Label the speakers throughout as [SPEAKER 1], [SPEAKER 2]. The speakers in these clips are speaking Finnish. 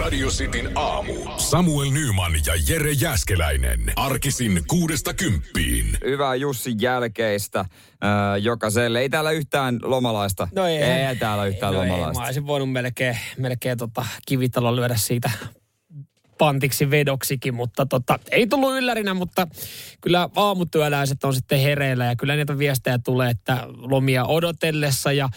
[SPEAKER 1] Radio Cityn aamu. Samuel Nyman ja Jere Jäskeläinen. Arkisin kuudesta kymppiin.
[SPEAKER 2] Hyvää Jussin jälkeistä äh, jokaiselle. Ei täällä yhtään lomalaista.
[SPEAKER 3] No ei.
[SPEAKER 2] ei täällä yhtään
[SPEAKER 3] no ei,
[SPEAKER 2] lomalaista.
[SPEAKER 3] mä olisin voinut melkein, melkein tota, kivitalon lyödä siitä pantiksi vedoksikin, mutta tota, ei tullut yllärinä, mutta kyllä aamutyöläiset on sitten hereillä ja kyllä niitä viestejä tulee, että lomia odotellessa ja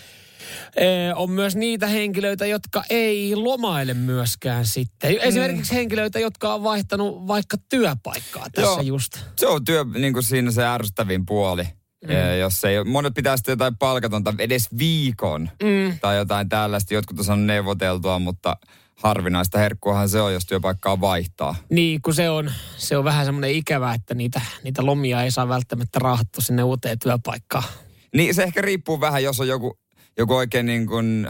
[SPEAKER 3] eh, on myös niitä henkilöitä, jotka ei lomaile myöskään sitten.
[SPEAKER 2] Mm.
[SPEAKER 3] Esimerkiksi henkilöitä, jotka on vaihtanut vaikka työpaikkaa tässä
[SPEAKER 2] Joo.
[SPEAKER 3] just.
[SPEAKER 2] Se on työ, niin kuin siinä se ärsyttävin puoli. Mm. Jos ei, monet pitää sitten jotain palkatonta edes viikon mm. tai jotain tällaista. Jotkut on saanut neuvoteltua, mutta harvinaista herkkuahan se on, jos työpaikkaa vaihtaa.
[SPEAKER 3] Niin, kun se on, se on vähän semmoinen ikävä, että niitä, niitä lomia ei saa välttämättä raahattu sinne uuteen työpaikkaan.
[SPEAKER 2] Niin se ehkä riippuu vähän, jos on joku, joku oikein niin kuin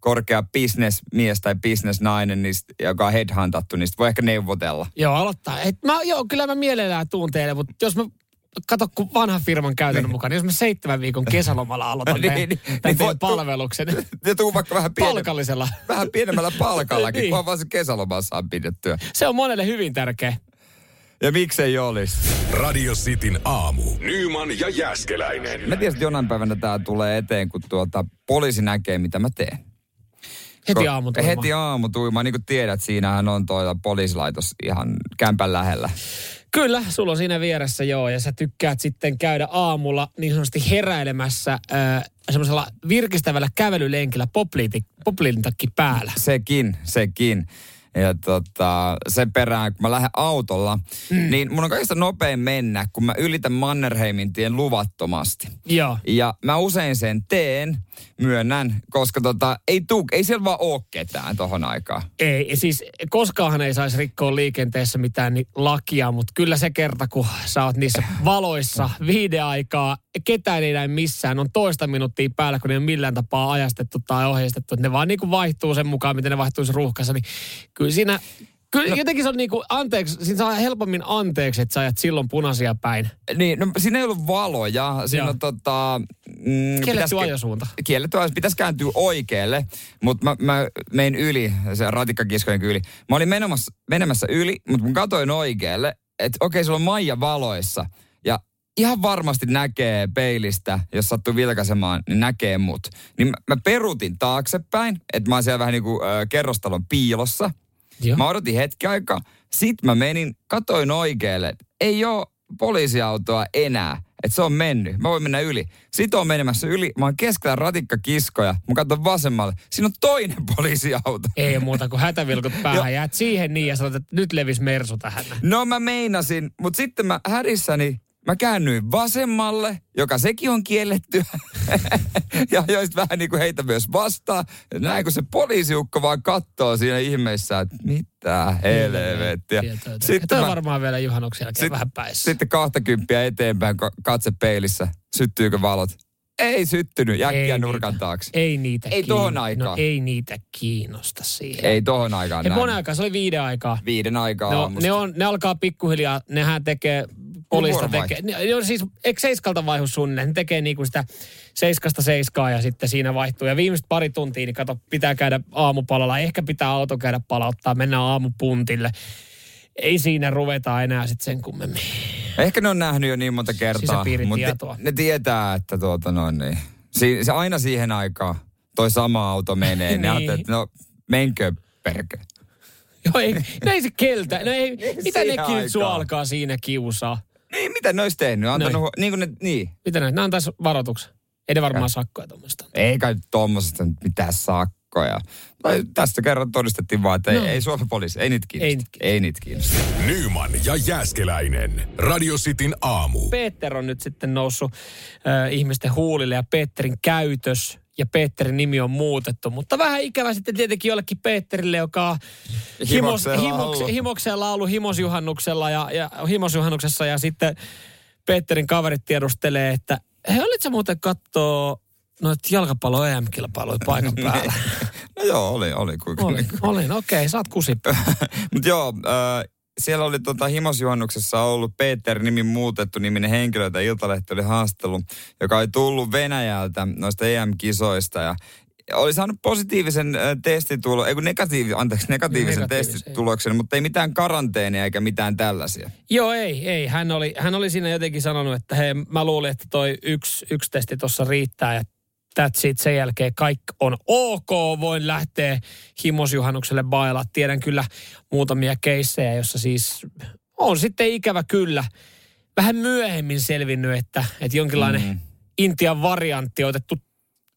[SPEAKER 2] korkea bisnesmies tai bisnesnainen, niin sit- joka on headhuntattu, niin sit voi ehkä neuvotella.
[SPEAKER 3] Joo, aloittaa. Et mä, joo, kyllä mä mielellään tuun teille, mutta jos mä kato, kun vanhan firman käytännön mukaan, niin jos mä seitsemän viikon kesälomalla aloitan
[SPEAKER 2] Niin,
[SPEAKER 3] niin, teidän,
[SPEAKER 2] niin,
[SPEAKER 3] niin,
[SPEAKER 2] niin voi-
[SPEAKER 3] palveluksen
[SPEAKER 2] Ja tuu vaikka vähän, pienen,
[SPEAKER 3] palkallisella.
[SPEAKER 2] vähän pienemmällä palkallakin,
[SPEAKER 3] Niin.
[SPEAKER 2] niin. vaan se kesälomaa saa pidettyä.
[SPEAKER 3] Se on monelle hyvin tärkeä.
[SPEAKER 2] Ja miksei olisi?
[SPEAKER 1] Radio Cityn aamu. Nyman ja Jäskeläinen.
[SPEAKER 2] Mä tiedän, että jonain päivänä tämä tulee eteen, kun tuota, poliisi näkee, mitä mä teen.
[SPEAKER 3] Heti
[SPEAKER 2] Ko-
[SPEAKER 3] aamutuima.
[SPEAKER 2] Heti aamutuima. Niin kuin tiedät, siinähän on tuo poliisilaitos ihan kämpän lähellä.
[SPEAKER 3] Kyllä, sulla on siinä vieressä joo, ja sä tykkäät sitten käydä aamulla niin sanotusti heräilemässä äh, semmoisella virkistävällä kävelylenkillä popliitik, popliitikki päällä.
[SPEAKER 2] Sekin, sekin. Ja tota, sen perään, kun mä lähden autolla, mm. niin mun on kaikista nopein mennä, kun mä ylitän Mannerheimin tien luvattomasti.
[SPEAKER 3] Joo.
[SPEAKER 2] Ja mä usein sen teen, myönnän, koska tota, ei, tuu, ei siellä vaan oo ketään tohon aikaan.
[SPEAKER 3] Ei, ja siis koskaanhan ei saisi rikkoa liikenteessä mitään ni- lakia, mutta kyllä se kerta, kun sä oot niissä valoissa viideaikaa, ketään ei näe missään, on toista minuuttia päällä, kun ne ei ole millään tapaa ajastettu tai ohjeistettu, että ne vaan niinku vaihtuu sen mukaan, miten ne vaihtuisi ruuhkassa, niin kyllä siinä, kyllä no. jotenkin se on niinku, anteeksi, siinä saa helpommin anteeksi, että sä ajat silloin punaisia päin.
[SPEAKER 2] Niin, no, siinä ei ollut valoja. Siinä
[SPEAKER 3] Joo.
[SPEAKER 2] on tota... Mm, pitäis-
[SPEAKER 3] Kielletty ajosuunta.
[SPEAKER 2] kielletty ajosuunta. Pitäisi kääntyä oikealle, mutta mä, mä mein yli, se ratikkakiskojen yli. Mä olin menemässä, menemässä yli, mutta kun katoin oikealle, että okei, sulla on Maija valoissa. Ja ihan varmasti näkee peilistä, jos sattuu vilkaisemaan, niin näkee mut. Niin mä, mä peruutin taaksepäin, että mä oon siellä vähän niin kuin äh, kerrostalon piilossa.
[SPEAKER 3] Joo.
[SPEAKER 2] Mä odotin hetki aikaa. Sitten mä menin, katoin oikealle, että ei ole poliisiautoa enää. Että se on mennyt. Mä voin mennä yli. Sitten on menemässä yli. Mä oon keskellä ratikkakiskoja. Mä katson vasemmalle. Siinä on toinen poliisiauto.
[SPEAKER 3] Ei muuta kuin hätävilkut päähän, jäät siihen niin ja sanot, että nyt levis mersu tähän.
[SPEAKER 2] No mä meinasin, mutta sitten mä hädissäni, mä käännyin vasemmalle, joka sekin on kielletty. ja joist vähän niin kuin heitä myös vastaan. Näin kun se poliisiukko vaan kattoo siinä ihmeessä, että mitä helvettiä.
[SPEAKER 3] Tietoa. Ja
[SPEAKER 2] Sitten
[SPEAKER 3] toi on
[SPEAKER 2] mä,
[SPEAKER 3] varmaan vielä juhannuksen jälkeen
[SPEAKER 2] Sit-
[SPEAKER 3] vähän päissä.
[SPEAKER 2] sitten 20 eteenpäin ko- katse peilissä, syttyykö valot. Ei syttynyt, jäkkiä
[SPEAKER 3] Ei niin.
[SPEAKER 2] nurkan
[SPEAKER 3] niitä.
[SPEAKER 2] taakse.
[SPEAKER 3] Ei niitä
[SPEAKER 2] Ei
[SPEAKER 3] kiinno-
[SPEAKER 2] tohon aikaan.
[SPEAKER 3] No, ei niitä kiinnosta siihen.
[SPEAKER 2] Ei tohon aikaan
[SPEAKER 3] Hei,
[SPEAKER 2] näin.
[SPEAKER 3] monen aikaa, se oli viiden aikaa.
[SPEAKER 2] Viiden aikaa
[SPEAKER 3] No,
[SPEAKER 2] aamusta.
[SPEAKER 3] ne, on, ne alkaa pikkuhiljaa, nehän tekee, poliista
[SPEAKER 2] vuoronvaihto.
[SPEAKER 3] tekee. Ne, ne on siis, eikö seiskalta vaihdu sunne? Ne tekee niinku sitä seiskasta seiskaa ja sitten siinä vaihtuu. Ja viimeiset pari tuntia, niin kato, pitää käydä aamupalalla. Ehkä pitää auto käydä palauttaa, mennään aamupuntille. Ei siinä ruveta enää sitten sen kummemmin.
[SPEAKER 2] Ehkä ne on nähnyt jo niin
[SPEAKER 3] Siis
[SPEAKER 2] monta kertaa,
[SPEAKER 3] Sisäpiirin
[SPEAKER 2] mutta
[SPEAKER 3] tietoa.
[SPEAKER 2] ne tietää, että tuota noin niin. Si- se aina siihen aikaan toi sama auto menee. niin. Ne
[SPEAKER 3] Niin.
[SPEAKER 2] ajattelee, että no menkö perkö.
[SPEAKER 3] Joo, ei, no ei se keltä. No ei, mitä
[SPEAKER 2] siihen
[SPEAKER 3] nekin nyt sua
[SPEAKER 2] aikaan.
[SPEAKER 3] alkaa siinä kiusaa?
[SPEAKER 2] Niin, mitä ne olisi tehnyt? Antanut,
[SPEAKER 3] Noin.
[SPEAKER 2] hu- niin kuin ne, niin.
[SPEAKER 3] Mitä näitä? Nämä antaisi varoituksen. Ei ne varmaan sakkoja tuommoista.
[SPEAKER 2] Ei kai tuommoisesta nyt mitään sakkoja. Tai tästä kerran todistettiin vaan, että ei, ei Suomen poliisi, ei niitä kiinnosta. Ei,
[SPEAKER 3] No. Ei niitä kiinnosta.
[SPEAKER 2] niitä kiinnosta.
[SPEAKER 1] Nyman ja Jäskeläinen. Radio Cityn aamu.
[SPEAKER 3] Peter on nyt sitten noussut äh, ihmisten huulille ja Peterin käytös ja Peterin nimi on muutettu. Mutta vähän ikävä sitten tietenkin jollekin Peterille, joka on himos,
[SPEAKER 2] Himoksella
[SPEAKER 3] himoks,
[SPEAKER 2] ollut.
[SPEAKER 3] himoksella ollut himosjuhannuksella ja, ja himosjuhannuksessa ja sitten Peterin kaverit tiedustelee, että he olitko muuten kattoo noita jalkapallo EM-kilpailuja paikan päällä?
[SPEAKER 2] No joo, oli, oli. Kuinka,
[SPEAKER 3] olin, olin, okei, okay, sä oot kusipää.
[SPEAKER 2] Mutta joo, äh, siellä oli tota, himosjuhannuksessa ollut Peter nimin muutettu niminen henkilö, jota Iltalehti oli haastellut, joka oli tullut Venäjältä noista EM-kisoista E ja oli saanut positiivisen äh, testitulo, ei kun negatiivi, anteeksi, negatiivisen
[SPEAKER 3] Negatiivisen.
[SPEAKER 2] testituloksen, mutta ei mitään karanteenia eikä mitään tällaisia.
[SPEAKER 3] Joo, ei, ei. Hän oli, hän oli siinä jotenkin sanonut, että hei, mä luulin, että toi yksi, yksi testi tuossa riittää ja that's it. Sen jälkeen kaikki on ok, voin lähteä himosjuhannukselle bailaa. Tiedän kyllä muutamia keissejä, jossa siis on sitten ikävä kyllä vähän myöhemmin selvinnyt, että, että jonkinlainen mm. Intian variantti on otettu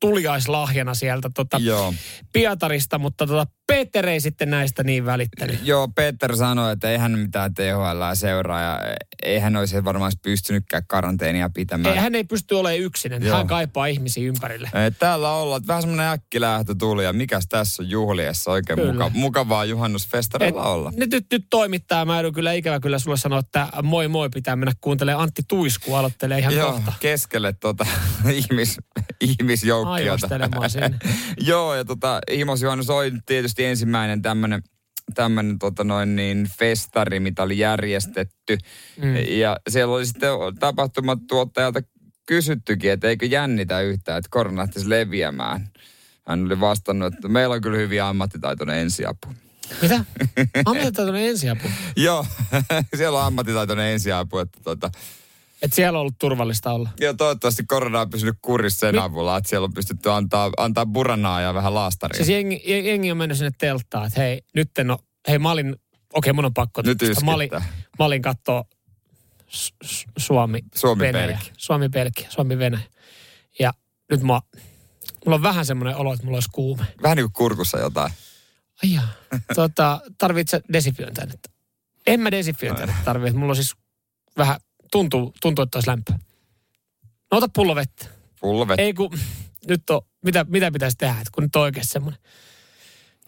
[SPEAKER 3] tuliaislahjana sieltä tota
[SPEAKER 2] Joo.
[SPEAKER 3] Pietarista, mutta tota Peter ei sitten näistä niin välittänyt.
[SPEAKER 2] Joo, Peter sanoi, että eihän mitään THL seuraa ja eihän olisi varmaan edes pystynytkään karanteenia pitämään.
[SPEAKER 3] Ei, hän ei pysty olemaan yksinen.
[SPEAKER 2] No Joo.
[SPEAKER 3] Hän kaipaa ihmisiä ympärille.
[SPEAKER 2] Ei, Täällä ollaan, että vähän semmoinen äkkilähtö tuli ja mikäs tässä on juhliessa oikein
[SPEAKER 3] Kyllä.
[SPEAKER 2] muka, mukavaa juhannusfestareilla olla.
[SPEAKER 3] Nyt, nyt, nyt toimittaa. Mä edun kyllä ikävä kyllä sulle sanoa, että moi moi pitää mennä kuuntelemaan. Antti Tuisku aloittelee ihan
[SPEAKER 2] Joo,
[SPEAKER 3] kohta.
[SPEAKER 2] keskelle tuota ihmis, ihmisjoukkiota.
[SPEAKER 3] Aivastelemaan sinne.
[SPEAKER 2] Joo, ja tota, Himosjuhannus oli tietysti ensimmäinen tämmöinen tämmöinen tota noin niin festari, mitä oli järjestetty. Mm. Ja siellä oli sitten tapahtumatuottajalta kysyttykin, että eikö jännitä yhtään, että korona lähtisi leviämään. Hän oli vastannut, että meillä on kyllä hyvin ammattitaitoinen ensiapu.
[SPEAKER 3] Mitä? Ammattitaitoinen ensiapu.
[SPEAKER 2] Joo, siellä on ammattitaitoinen ensiapu, että tota,
[SPEAKER 3] Et siellä on ollut turvallista olla.
[SPEAKER 2] ja toivottavasti korona on pysynyt kurissa sen avulla, että siellä on pystytty antaa, antaa buranaa ja vähän laastaria.
[SPEAKER 3] Siis jengi, jengi on mennyt sinne telttaan, että hei, nyt no, hei mä olin, okei okay, mun on pakko.
[SPEAKER 2] Nyt
[SPEAKER 3] tästä. mä olin,
[SPEAKER 2] yskittää.
[SPEAKER 3] mä olin katsoa Su- Su- Suomi,
[SPEAKER 2] Suomi
[SPEAKER 3] Venäjä.
[SPEAKER 2] Belgia.
[SPEAKER 3] Suomi Belgia, Suomi Venäjä. Ja nyt mä, mulla on vähän semmoinen olo, että mulla olisi kuume.
[SPEAKER 2] Vähän niin kuin kurkussa jotain.
[SPEAKER 3] Ai jaa. tota, tarvitset desifiointiainetta? En mä desifiointiainetta tarvitse. Mulla on siis vähän, tuntuu, tuntuu että olisi lämpöä. No ota pullo vettä.
[SPEAKER 2] Pullo vettä.
[SPEAKER 3] Ei kun, nyt on, mitä, mitä pitäisi tehdä, että kun nyt on oikeasti semmoinen.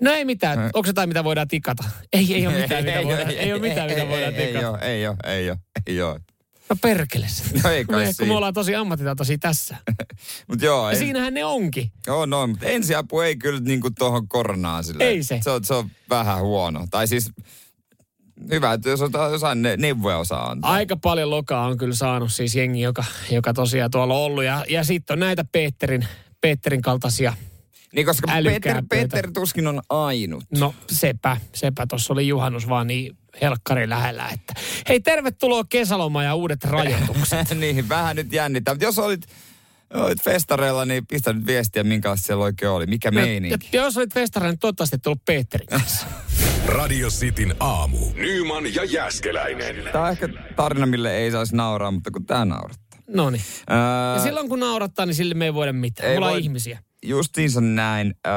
[SPEAKER 3] No ei mitään,
[SPEAKER 2] Äh.
[SPEAKER 3] onko jotain mitä voidaan tikata? Ei, ei ole mitään mitä voidaan, ei ole mitään mitä voidaan
[SPEAKER 2] ei, ei,
[SPEAKER 3] tikata.
[SPEAKER 2] oo, ei, oo, ei, oo, ei, oo.
[SPEAKER 3] No perkele se.
[SPEAKER 2] No ei kai
[SPEAKER 3] kun me
[SPEAKER 2] siinä.
[SPEAKER 3] ollaan tosi ammattitaitoisia tässä.
[SPEAKER 2] Mut joo,
[SPEAKER 3] Ja
[SPEAKER 2] ei,
[SPEAKER 3] siinähän ne onkin.
[SPEAKER 2] joo, noin, mutta ensiapu ei kyllä niinku tuohon koronaan silleen.
[SPEAKER 3] Ei se.
[SPEAKER 2] Se on, se on vähän huono. Tai siis hyvä, että jos osaa, osaa ne, neuvoja osaa antaa.
[SPEAKER 3] Aika paljon lokaa on kyllä saanut siis jengi, joka, joka tosiaan tuolla on ollut. Ja, ja sitten on näitä Peterin, Peterin kaltaisia.
[SPEAKER 2] niin koska Peter,
[SPEAKER 3] älykkäämpöitä.
[SPEAKER 2] Peter tuskin on ainut.
[SPEAKER 3] No sepä, sepä tuossa oli juhannus vaan niin helkkari lähellä. Että. Hei, tervetuloa kesäloma ja uudet rajoitukset.
[SPEAKER 2] niin, vähän nyt jännittää. Mutta jos olit, olit festareilla, niin pistä nyt viestiä, minkälaista siellä oikein oli. Mikä meininki?
[SPEAKER 3] Ja, ja jos olit festareilla, niin toivottavasti et tullut Peterin kanssa.
[SPEAKER 1] Radio Cityn aamu. Nyman ja Jääskeläinen.
[SPEAKER 2] Tämä on ehkä tarina, mille ei saisi nauraa, mutta kun tämä naurattaa.
[SPEAKER 3] No niin.
[SPEAKER 2] Öö,
[SPEAKER 3] Ja silloin kun naurattaa, niin sille me ei voida mitään.
[SPEAKER 2] Ei
[SPEAKER 3] Mulla on
[SPEAKER 2] voi.
[SPEAKER 3] ihmisiä.
[SPEAKER 2] Justiinsa näin. Öö,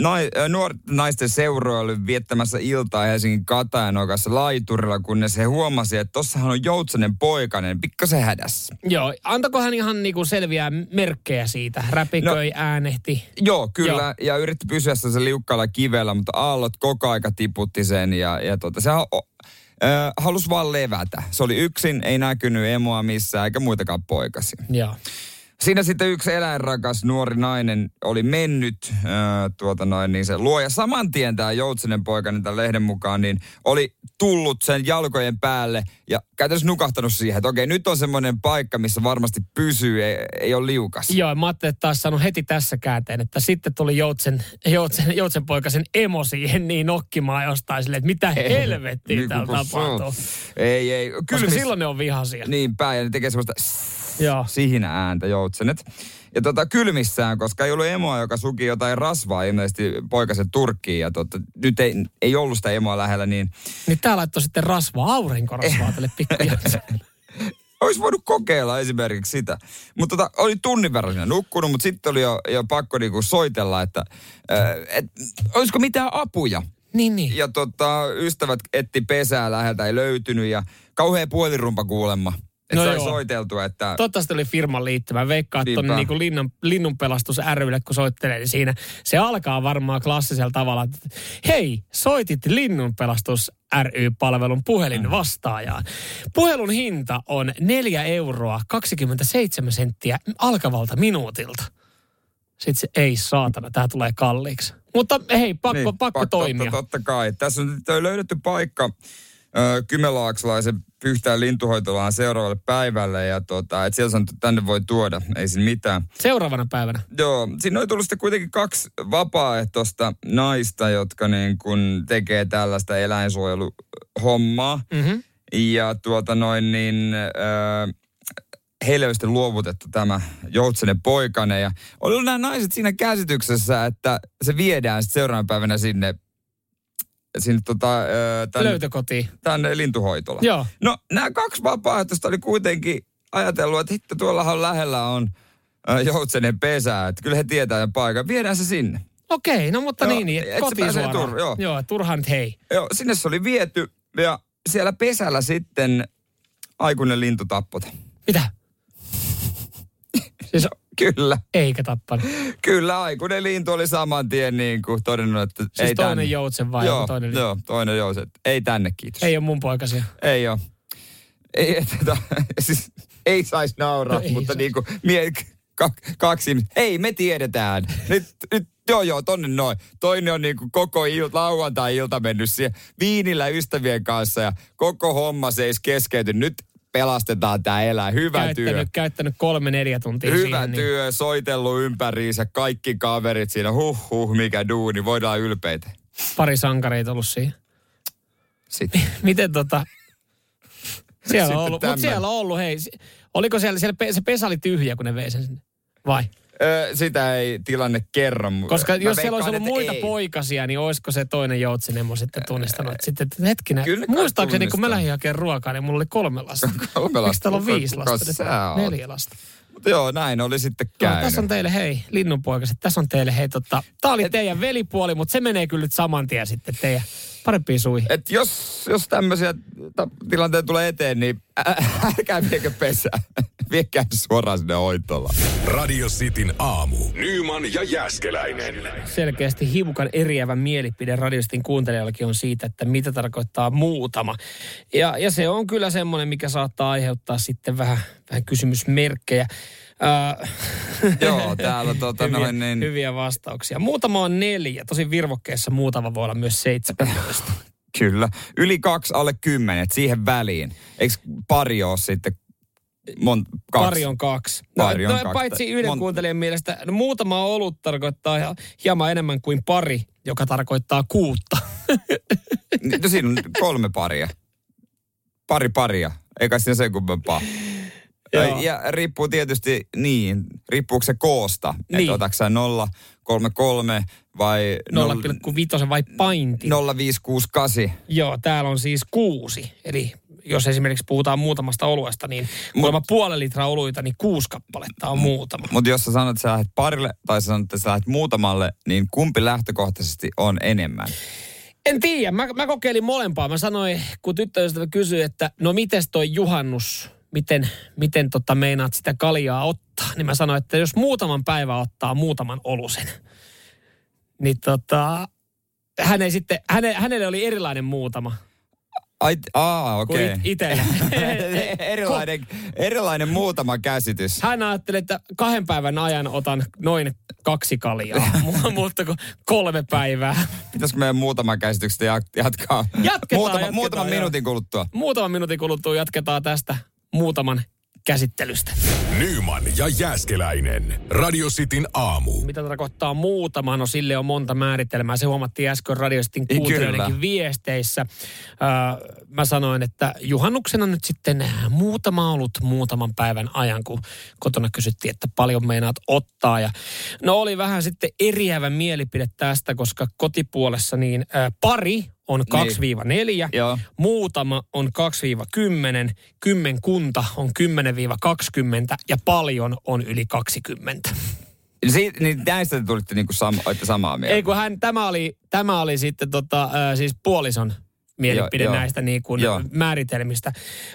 [SPEAKER 2] Nai, ö, nuoret naisten seuroilu viettämässä iltaa Helsingin Katajanokassa laiturilla, kunnes he huomasi, että tossahan on joutsenen poikainen, pikkasen hädässä.
[SPEAKER 3] Joo, antako hän ihan niinku selviä merkkejä siitä? Räpiköi, no. äänehti.
[SPEAKER 2] Joo, kyllä. Joo. Ja yritti pysyä se liukkaalla kivellä, mutta aallot koko aika tiputti sen. Ja, ja tota, se ha- o- ö, halusi vaan levätä. Se oli yksin, ei näkynyt emoa missään, eikä muitakaan poikasi.
[SPEAKER 3] Joo.
[SPEAKER 2] Siinä sitten yksi eläinrakas nuori nainen oli mennyt äh, tuota noin, niin se luo. Ja saman tien tämä Joutsinen poika, niin tämän lehden mukaan, niin oli tullut sen jalkojen päälle ja käytännössä nukahtanut siihen, että okei, nyt on semmoinen paikka, missä varmasti pysyy, ei, ei ole liukas.
[SPEAKER 3] Joo, mä ajattelin, että taas sanon heti tässä käänteen, että sitten tuli joutsen, joutsen, joutsenpoikasen emo siihen niin nokkimaan jostain silleen, että mitä helvettiä
[SPEAKER 2] Niin kuin
[SPEAKER 3] täällä
[SPEAKER 2] kun se on.
[SPEAKER 3] tapahtuu.
[SPEAKER 2] Ei, ei.
[SPEAKER 3] Koska
[SPEAKER 2] Kylmissä-
[SPEAKER 3] silloin ne on vihaisia.
[SPEAKER 2] Niin päin, ja ne tekee semmoista
[SPEAKER 3] Joo.
[SPEAKER 2] siinä ääntä joutsenet. Ja tota, kylmissään, koska ei ollut emoa, joka suki jotain rasvaa ilmeisesti poikasen turkkiin. Ja tota, nyt ei, ei ollut sitä emoa lähellä, niin
[SPEAKER 3] Niin tää laittoi sitten rasvaa, aurinkorasvaa tälle pikkujoutselle.
[SPEAKER 2] olisi voinut kokeilla esimerkiksi sitä. Mutta tota, oli tunnin verran siinä nukkunut, mutta sitten oli jo, jo pakko niinku soitella, että ää, et, olisiko mitään apuja.
[SPEAKER 3] niin, niin.
[SPEAKER 2] Ja tota, ystävät etti pesää läheltä, ei löytynyt ja kauhea puolirumpa kuulemma. Että
[SPEAKER 3] No
[SPEAKER 2] no se oli
[SPEAKER 3] joo.
[SPEAKER 2] soiteltu, että...
[SPEAKER 3] Toivottavasti oli firman liittymä. Veikkaa
[SPEAKER 2] Niinpä.
[SPEAKER 3] tuonne niin linnan, linnunpelastus rylle, kun soittelee, niin siinä se alkaa varmaan klassisella tavalla, että hei, soitit linnunpelastus ry-palvelun puhelin
[SPEAKER 2] Mm.
[SPEAKER 3] vastaajaan. Puhelun hinta on 4 euroa 27 senttiä alkavalta minuutilta. Sitten se, ei saatana, tämä tulee kalliiksi. Mutta hei, pakko,
[SPEAKER 2] Niin,
[SPEAKER 3] niin, pakko, pakko toimia.
[SPEAKER 2] Totta, totta kai. Tässä on nyt löydetty paikka ö, kymenlaaksalaisen pyyhtää lintuhoitolaan seuraavalle päivälle ja tota, et siellä sanottu, että tänne voi tuoda, ei siinä mitään.
[SPEAKER 3] Seuraavana päivänä.
[SPEAKER 2] Joo, siinä oli tullut sitten kuitenkin kaksi vapaaehtoista naista, jotka niin kun tekee tällaista eläinsuojeluhommaa.
[SPEAKER 3] Mm-hmm.
[SPEAKER 2] Ja tuota noin niin, äh, heille oli sitten luovutettu tämä joutsenen poikane. Ja oli ollut nämä naiset siinä käsityksessä, että se viedään sitten seuraavana päivänä sinne, sinne tota, äh, tänne,
[SPEAKER 3] Löytökotiin.
[SPEAKER 2] tänne lintuhoitolaan.
[SPEAKER 3] Joo.
[SPEAKER 2] No nämä kaksi vapaaehtoista oli kuitenkin ajatellut, että hitto tuollahan lähellä on ä, joutsenen pesää, että kyllä he tietää sen paikan. Viedään se sinne.
[SPEAKER 3] Okei, no mutta
[SPEAKER 2] Joo,
[SPEAKER 3] niin, niin
[SPEAKER 2] et se
[SPEAKER 3] kotiin
[SPEAKER 2] pääsee
[SPEAKER 3] suoraan.
[SPEAKER 2] tur- joo.
[SPEAKER 3] joo, turhan nyt hei.
[SPEAKER 2] Joo, sinne se oli viety ja siellä pesällä sitten aikuinen lintu tappoi. tämän.
[SPEAKER 3] Mitä? siis
[SPEAKER 2] Kyllä,
[SPEAKER 3] eikä tappanut. Siis
[SPEAKER 2] kyllä aikuinen lintu oli saman tien niin kuin todennut, että ei
[SPEAKER 3] Siis toinen
[SPEAKER 2] tänne.
[SPEAKER 3] joutsen vai
[SPEAKER 2] joo,
[SPEAKER 3] joku toinen?
[SPEAKER 2] joo, toinen joutsen. että Ei tänne, kiitos.
[SPEAKER 3] Ei ole mun poikasia.
[SPEAKER 2] Ei ole. Ei, et, tota, siis, ei saisi nauraa,
[SPEAKER 3] No
[SPEAKER 2] no,
[SPEAKER 3] ei
[SPEAKER 2] mutta
[SPEAKER 3] sais.
[SPEAKER 2] niin kuin mie, ka- kaksi ihmistä. Hei, me tiedetään. Nyt, nyt joo joo, tonne noin. Toinen on niin kuin koko ilta, lauantai-ilta mennyt siihen viinillä ystävien kanssa ja koko homma se ei keskeyty. Nyt pelastetaan tämä eläin. Hyvä
[SPEAKER 3] käyttänyt,
[SPEAKER 2] työ.
[SPEAKER 3] käyttänyt kolme neljä tuntia
[SPEAKER 2] Hyvä
[SPEAKER 3] siihen. Niin.
[SPEAKER 2] työ, soitellut ympäriinsä, kaikki kaverit siinä, huh huh, mikä duuni, voidaan ylpeitä.
[SPEAKER 3] Pari sankareita ollut siihen.
[SPEAKER 2] Sitten.
[SPEAKER 3] Miten tota... Siellä
[SPEAKER 2] Sitten
[SPEAKER 3] on ollut,
[SPEAKER 2] tämmönen.
[SPEAKER 3] mutta siellä on ollut, hei. si- Oliko siellä, siellä pe, se pesä oli tyhjä, kun ne vei sen sinne? Vai?
[SPEAKER 2] Ö, sitä ei tilanne kerro. mu-
[SPEAKER 3] Koska
[SPEAKER 2] Mä
[SPEAKER 3] jos siellä olisi
[SPEAKER 2] veikkaan,
[SPEAKER 3] ollut
[SPEAKER 2] että
[SPEAKER 3] muita
[SPEAKER 2] ei.
[SPEAKER 3] poikasia, niin olisiko se toinen joutsenemo sitten tunnistanut? Että sitten, että hetkinen,
[SPEAKER 2] Kyllä kai
[SPEAKER 3] muistaakseni kun mä
[SPEAKER 2] tunnistaa.
[SPEAKER 3] lähdin hakemaan ruokaa, niin mulla oli kolme lasta.
[SPEAKER 2] Kolme
[SPEAKER 3] Miksi
[SPEAKER 2] lasta?
[SPEAKER 3] täällä on viisi
[SPEAKER 2] Kuka
[SPEAKER 3] lasta? Nyt
[SPEAKER 2] sä
[SPEAKER 3] on
[SPEAKER 2] oot?
[SPEAKER 3] Neljä lasta.
[SPEAKER 2] Mut Joo, näin oli sitten
[SPEAKER 3] No,
[SPEAKER 2] käynyt.
[SPEAKER 3] tässä on teille, hei, linnunpoikaset, tässä on teille, hei, tota, tää oli teidän velipuoli, mutta se menee kyllä nyt saman tien sitten teidän parempiin suihin.
[SPEAKER 2] Et jos, jos tämmöisiä ta- tilanteita tulee eteen, niin ä- ä- älkää viekö pesää. Viekää suoraan sinne hoitolaan.
[SPEAKER 1] Radio Cityn aamu. Nyman ja Jäskeläinen.
[SPEAKER 3] selkeästi hiukan eriävä mielipide radiostin kuuntelijallakin on siitä, että mitä tarkoittaa muutama. Ja, ja se on kyllä semmoinen, mikä saattaa aiheuttaa sitten vähän, vähän kysymysmerkkejä. Ää,
[SPEAKER 2] Joo, täällä tota
[SPEAKER 3] hyviä,
[SPEAKER 2] noin niin...
[SPEAKER 3] hyviä vastauksia. Muutama on neljä, tosi virvokkeessa muutama voi olla myös 17.
[SPEAKER 2] Kyllä. Yli kaksi, alle kymmenen, et siihen väliin. Eikö pari ole sitten mon, kaksi?
[SPEAKER 3] Pari on kaksi.
[SPEAKER 2] Pari on
[SPEAKER 3] no,
[SPEAKER 2] kaksi.
[SPEAKER 3] Paitsi yhden
[SPEAKER 2] Mon-
[SPEAKER 3] kuuntelijan mielestä, no, muutama olut tarkoittaa ihan- hieman enemmän kuin pari, joka tarkoittaa kuutta.
[SPEAKER 2] No siinä on kolme paria. Pari paria. Eikä siinä sen kummempaa.
[SPEAKER 3] Joo.
[SPEAKER 2] Ja riippuu tietysti niin, riippuuko se koosta. Niin.
[SPEAKER 3] Niin.
[SPEAKER 2] Että otatko sä 0, 3, 3 vai
[SPEAKER 3] 0,5 vai painti.
[SPEAKER 2] 0568.
[SPEAKER 3] Joo, täällä on siis kuusi. Eli jos esimerkiksi puhutaan muutamasta oluesta, niin kuulemma puolen litraa oluita, niin kuusi kappaletta on muutama.
[SPEAKER 2] Mutta jos sä sanot, että sä lähdet parille tai sä sanot, että sä lähdet muutamalle, niin kumpi lähtökohtaisesti on enemmän?
[SPEAKER 3] En tiedä, mä, mä kokeilin molempaa. Mä sanoin, kun tyttöystävä kysyi, että no mites toi juhannus, miten, miten tota meinaat sitä kaljaa ottaa, niin mä sanoin, että jos muutaman päivän ottaa muutaman olusen, niin tota, hän ei sitten, häne, hänelle oli erilainen muutama
[SPEAKER 2] Ai, aa,
[SPEAKER 3] kuin
[SPEAKER 2] okei.
[SPEAKER 3] okay. itsellä.
[SPEAKER 2] erilainen, erilainen muutama käsitys.
[SPEAKER 3] hän ajatteli, että kahden päivän ajan otan noin kaksi kaljaa, Mu- mutta kun kolme päivää.
[SPEAKER 2] Pitäisikö meidän muutama käsityksestä jat- jatkaa?
[SPEAKER 3] Jatketaan,
[SPEAKER 2] muutama,
[SPEAKER 3] jatketaan,
[SPEAKER 2] muutaman
[SPEAKER 3] joo.
[SPEAKER 2] minuutin kuluttua.
[SPEAKER 3] Muutaman minuutin kuluttua jatketaan tästä muutaman käsittelystä.
[SPEAKER 1] Nyman ja Jäskeläinen. Radio Cityn aamu.
[SPEAKER 3] Mitä tarkoittaa muutama? No sille on monta määritelmää. Se huomattiin äsken radiostin
[SPEAKER 2] Ei,
[SPEAKER 3] kuuntelijoidenkin
[SPEAKER 2] kyllä.
[SPEAKER 3] viesteissä. Ää, mä sanoin, että juhannuksena nyt sitten muutama ollut muutaman päivän ajan, kun kotona kysyttiin, että paljon meinaat ottaa. Ja no oli vähän sitten eriävä mielipide tästä, koska kotipuolessa niin ää, pari
[SPEAKER 2] Niin.
[SPEAKER 3] on 2-4.
[SPEAKER 2] Joo.
[SPEAKER 3] Muutama on 2-10, kymmenkunta on 10-20 ja paljon on yli 20.
[SPEAKER 2] Si- niin näistä te tulitte niinku sam- olette samaa mieltä.
[SPEAKER 3] Ei kun hän, tämä oli, tämä oli sitten tota, äh, siis puolison mielipide
[SPEAKER 2] Joo, joo.
[SPEAKER 3] näistä niin kuin
[SPEAKER 2] Joo.
[SPEAKER 3] määritelmistä.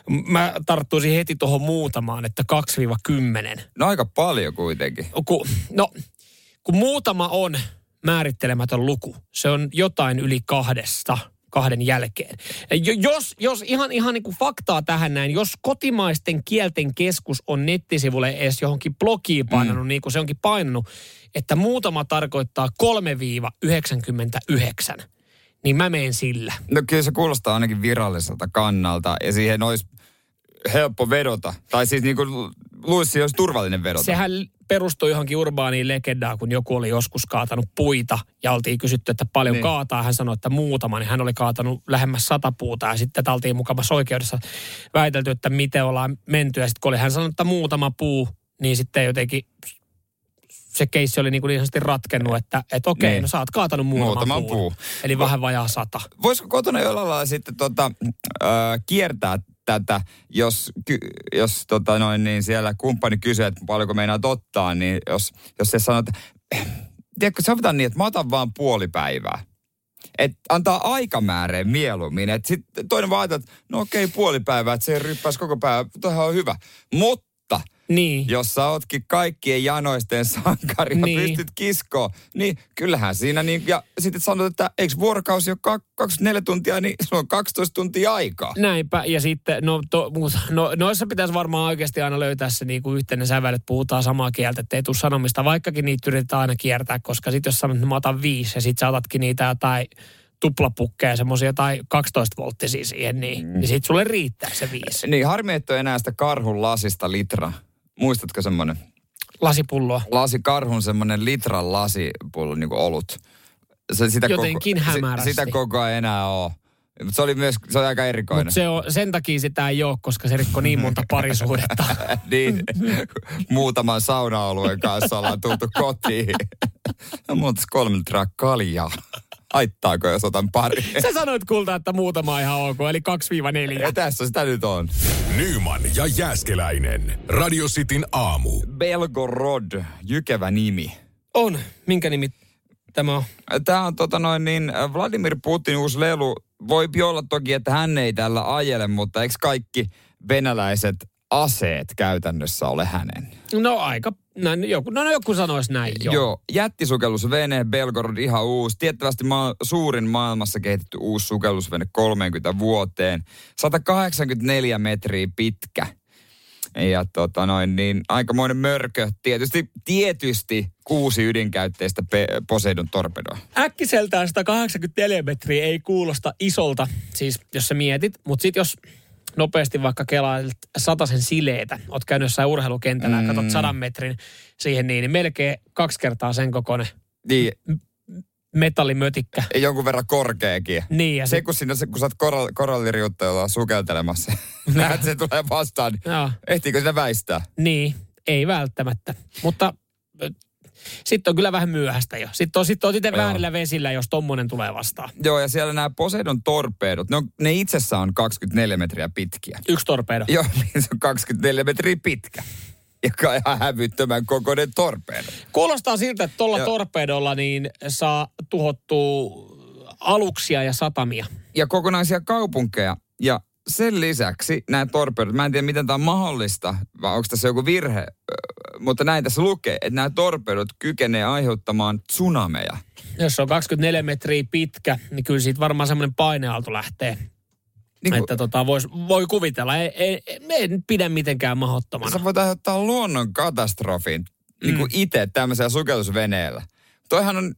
[SPEAKER 3] M- Mä tarttuisin heti tuohon muutamaan, että 2-10.
[SPEAKER 2] No aika paljon kuitenkin.
[SPEAKER 3] Ku, no, kun muutama on määrittelemätön luku, se on jotain yli kahdesta kahden jälkeen. Jo- Jos, jos ihan, ihan niin kuin faktaa tähän näin, jos kotimaisten kielten keskus on nettisivulle edes johonkin blogiin painanut, mm. niin kuin se onkin painanut, että muutama tarkoittaa 3-99, niin mä menen sillä.
[SPEAKER 2] No kyllä se kuulostaa ainakin viralliselta kannalta ja siihen olisi helppo vedota. Tai siis niin kuin luissa olisi turvallinen vedota.
[SPEAKER 3] Sehän perustui johonkin urbaaniin legendaan, kun joku oli joskus kaatanut puita ja oltiin kysytty, että paljon niin. kaataa. Hän sanoi, että muutama, niin hän oli kaatanut lähemmäs sata puuta ja sitten tätä oltiin mukavassa oikeudessa väitelty, että miten ollaan menty. Ja sitten kun oli hän sanonut, että muutama puu, niin sitten jotenkin se keissi oli niin, kuin niin sanotusti ratkennut, että, että okei,
[SPEAKER 2] Niin.
[SPEAKER 3] no sä oot kaatanut muutaman,
[SPEAKER 2] Muutaman
[SPEAKER 3] puun.
[SPEAKER 2] puun.
[SPEAKER 3] Eli vähän vajaa sata.
[SPEAKER 2] Voisiko kotona jollain lailla sitten tota, äh, kiertää tätä, jos, ky, jos tota noin, niin siellä kumppani kysyy, että paljonko meinaa ottaa, niin jos, jos se sanoo, että tiedätkö, sovitaan niin, että mä otan vaan puoli päivää. Et antaa aikamääreen mieluummin. Et sit toinen vaan ajattelee, että no okei, puoli päivää, että se ryppäisi koko päivä. Tähän on hyvä. Mutta
[SPEAKER 3] Niin.
[SPEAKER 2] jos sä ootkin kaikkien janoisten sankari ja
[SPEAKER 3] Niin.
[SPEAKER 2] niin. pystyt kiskoon, niin kyllähän siinä niin, ja sitten sanot, että eikö vuorokausi ole kak- 24 tuntia, niin se on 12 tuntia aikaa.
[SPEAKER 3] Näinpä, ja sitten, no, to, mut- no noissa pitäisi varmaan oikeasti aina löytää se niinku yhteinen sävel, että puhutaan samaa kieltä, ettei tule sanomista, vaikkakin niitä yritetään aina kiertää, koska sitten jos sanot, että mä otan viisi, ja sitten sä otatkin niitä jotain tuplapukkeja, semmoisia jotain 12 volttisia siihen, niin, mm. niin sitten sulle riittää se viisi.
[SPEAKER 2] Niin harmi, että on enää sitä karhun lasista litra. Muistatko semmoinen?
[SPEAKER 3] Lasipulloa.
[SPEAKER 2] Lasi karhun semmoinen litran lasipullo, niin kuin olut. Se, sitä
[SPEAKER 3] Jotenkin
[SPEAKER 2] koko,
[SPEAKER 3] hämärästi.
[SPEAKER 2] sitä koko ajan enää ole. Mut Se oli myös, se oli aika erikoinen.
[SPEAKER 3] Mutta se on, sen takia sitä ei ole, koska se rikkoi niin monta parisuhdetta.
[SPEAKER 2] niin, muutaman sauna-alueen kanssa ollaan tultu kotiin. Ja muuta kolme litraa kaljaa. Haittaako, jos otan pari?
[SPEAKER 3] Sä sanoit kulta, että muutama on ihan ok, eli
[SPEAKER 2] Ja
[SPEAKER 3] 2-4.
[SPEAKER 2] tässä sitä nyt on.
[SPEAKER 1] Nyman ja Jääskeläinen. Radio Cityn aamu.
[SPEAKER 2] Belgorod, jykevä nimi.
[SPEAKER 3] On. Minkä nimi tämä on?
[SPEAKER 2] Tämä on tota noin niin, Vladimir Putin uusi lelu. Voi olla toki, että hän ei tällä ajele, mutta eikö kaikki venäläiset aseet käytännössä ole hänen?
[SPEAKER 3] No aika, näin, joku, no no joku sanoisi näin jo.
[SPEAKER 2] Joo. Joo. Jättisukellusvene Belgorod ihan uusi. Tiettävästi maa, suurin maailmassa kehitetty uusi sukellusvene 30 vuoteen. 184 metriä pitkä. Ja tota noin, niin aikamoinen mörkö. Tietysti, tietysti kuusi ydinkäytteistä pe- Poseidon torpedoa.
[SPEAKER 3] Äkkiseltään 184 metriä ei kuulosta isolta, siis jos sä mietit, mutta sitten jos nopeasti vaikka kelailet sen sileitä, oot käynyt jossain urheilukentällä mm. ja katsot sadan metrin siihen niin, niin melkein kaksi kertaa sen kokoinen
[SPEAKER 2] Niin,
[SPEAKER 3] metallimötikkä.
[SPEAKER 2] jonkun verran korkeakin.
[SPEAKER 3] Niin ja
[SPEAKER 2] Se,
[SPEAKER 3] se,
[SPEAKER 2] kun, sinä, kun sä oot koral, koralliriuttajalla sukeltelemassa, näet se tulee vastaan, niin
[SPEAKER 3] joo,
[SPEAKER 2] ehtiikö sitä väistää?
[SPEAKER 3] niin, ei välttämättä, mutta sitten on kyllä vähän myöhäistä jo. Sitten on, sit on itse
[SPEAKER 2] Joo.
[SPEAKER 3] väärillä vesillä, jos tommonen tulee vastaan.
[SPEAKER 2] Joo, ja siellä nämä Poseidon torpedot, ne, on, ne itsessään on 24 metriä pitkiä.
[SPEAKER 3] Yksi torpedo.
[SPEAKER 2] Joo, niin se on 24 metriä pitkä. Joka on ihan hävyttömän kokoinen torpedo.
[SPEAKER 3] Kuulostaa siltä, että tuolla
[SPEAKER 2] Ja-
[SPEAKER 3] torpedolla niin saa tuhottua aluksia ja satamia.
[SPEAKER 2] Ja kokonaisia kaupunkeja. Ja sen lisäksi nämä torpedot, mä en tiedä miten tämä on mahdollista, vai onko tässä joku virhe, ö, mutta näin tässä lukee, että nämä torpedot kykenee aiheuttamaan tsunameja.
[SPEAKER 3] Jos se on 24 metriä pitkä, niin kyllä siitä varmaan semmoinen paineaalto lähtee.
[SPEAKER 2] Niin kuin,
[SPEAKER 3] Että tota, vois, voi kuvitella. Ei, ei, ei, en pidä mitenkään mahdottomana.
[SPEAKER 2] sä voit aiheuttaa luonnon katastrofin niin kuin itse tämmöisellä sukellusveneellä. Toihan on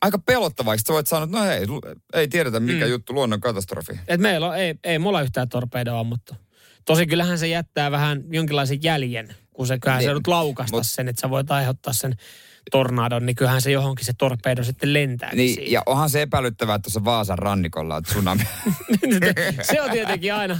[SPEAKER 2] aika pelottavaa, että sä voit sanoa, että no hei, lu- ei tiedetä mikä juttu luonnon katastrofi.
[SPEAKER 3] Et meillä on, ei, ei mulla yhtään torpedoa ammuttu. Tosi kyllähän se jättää vähän jonkinlaisen jäljen, kun se, kyllähän se
[SPEAKER 2] Niin,
[SPEAKER 3] nyt laukasta
[SPEAKER 2] mut-
[SPEAKER 3] sen, että sä voit aiheuttaa sen tornadon, niin kyllähän se johonkin se torpedo sitten lentää.
[SPEAKER 2] Niin, ja onhan se epäilyttävää, että tuossa Vaasan rannikolla on tsunami.
[SPEAKER 3] Se on tietenkin aina.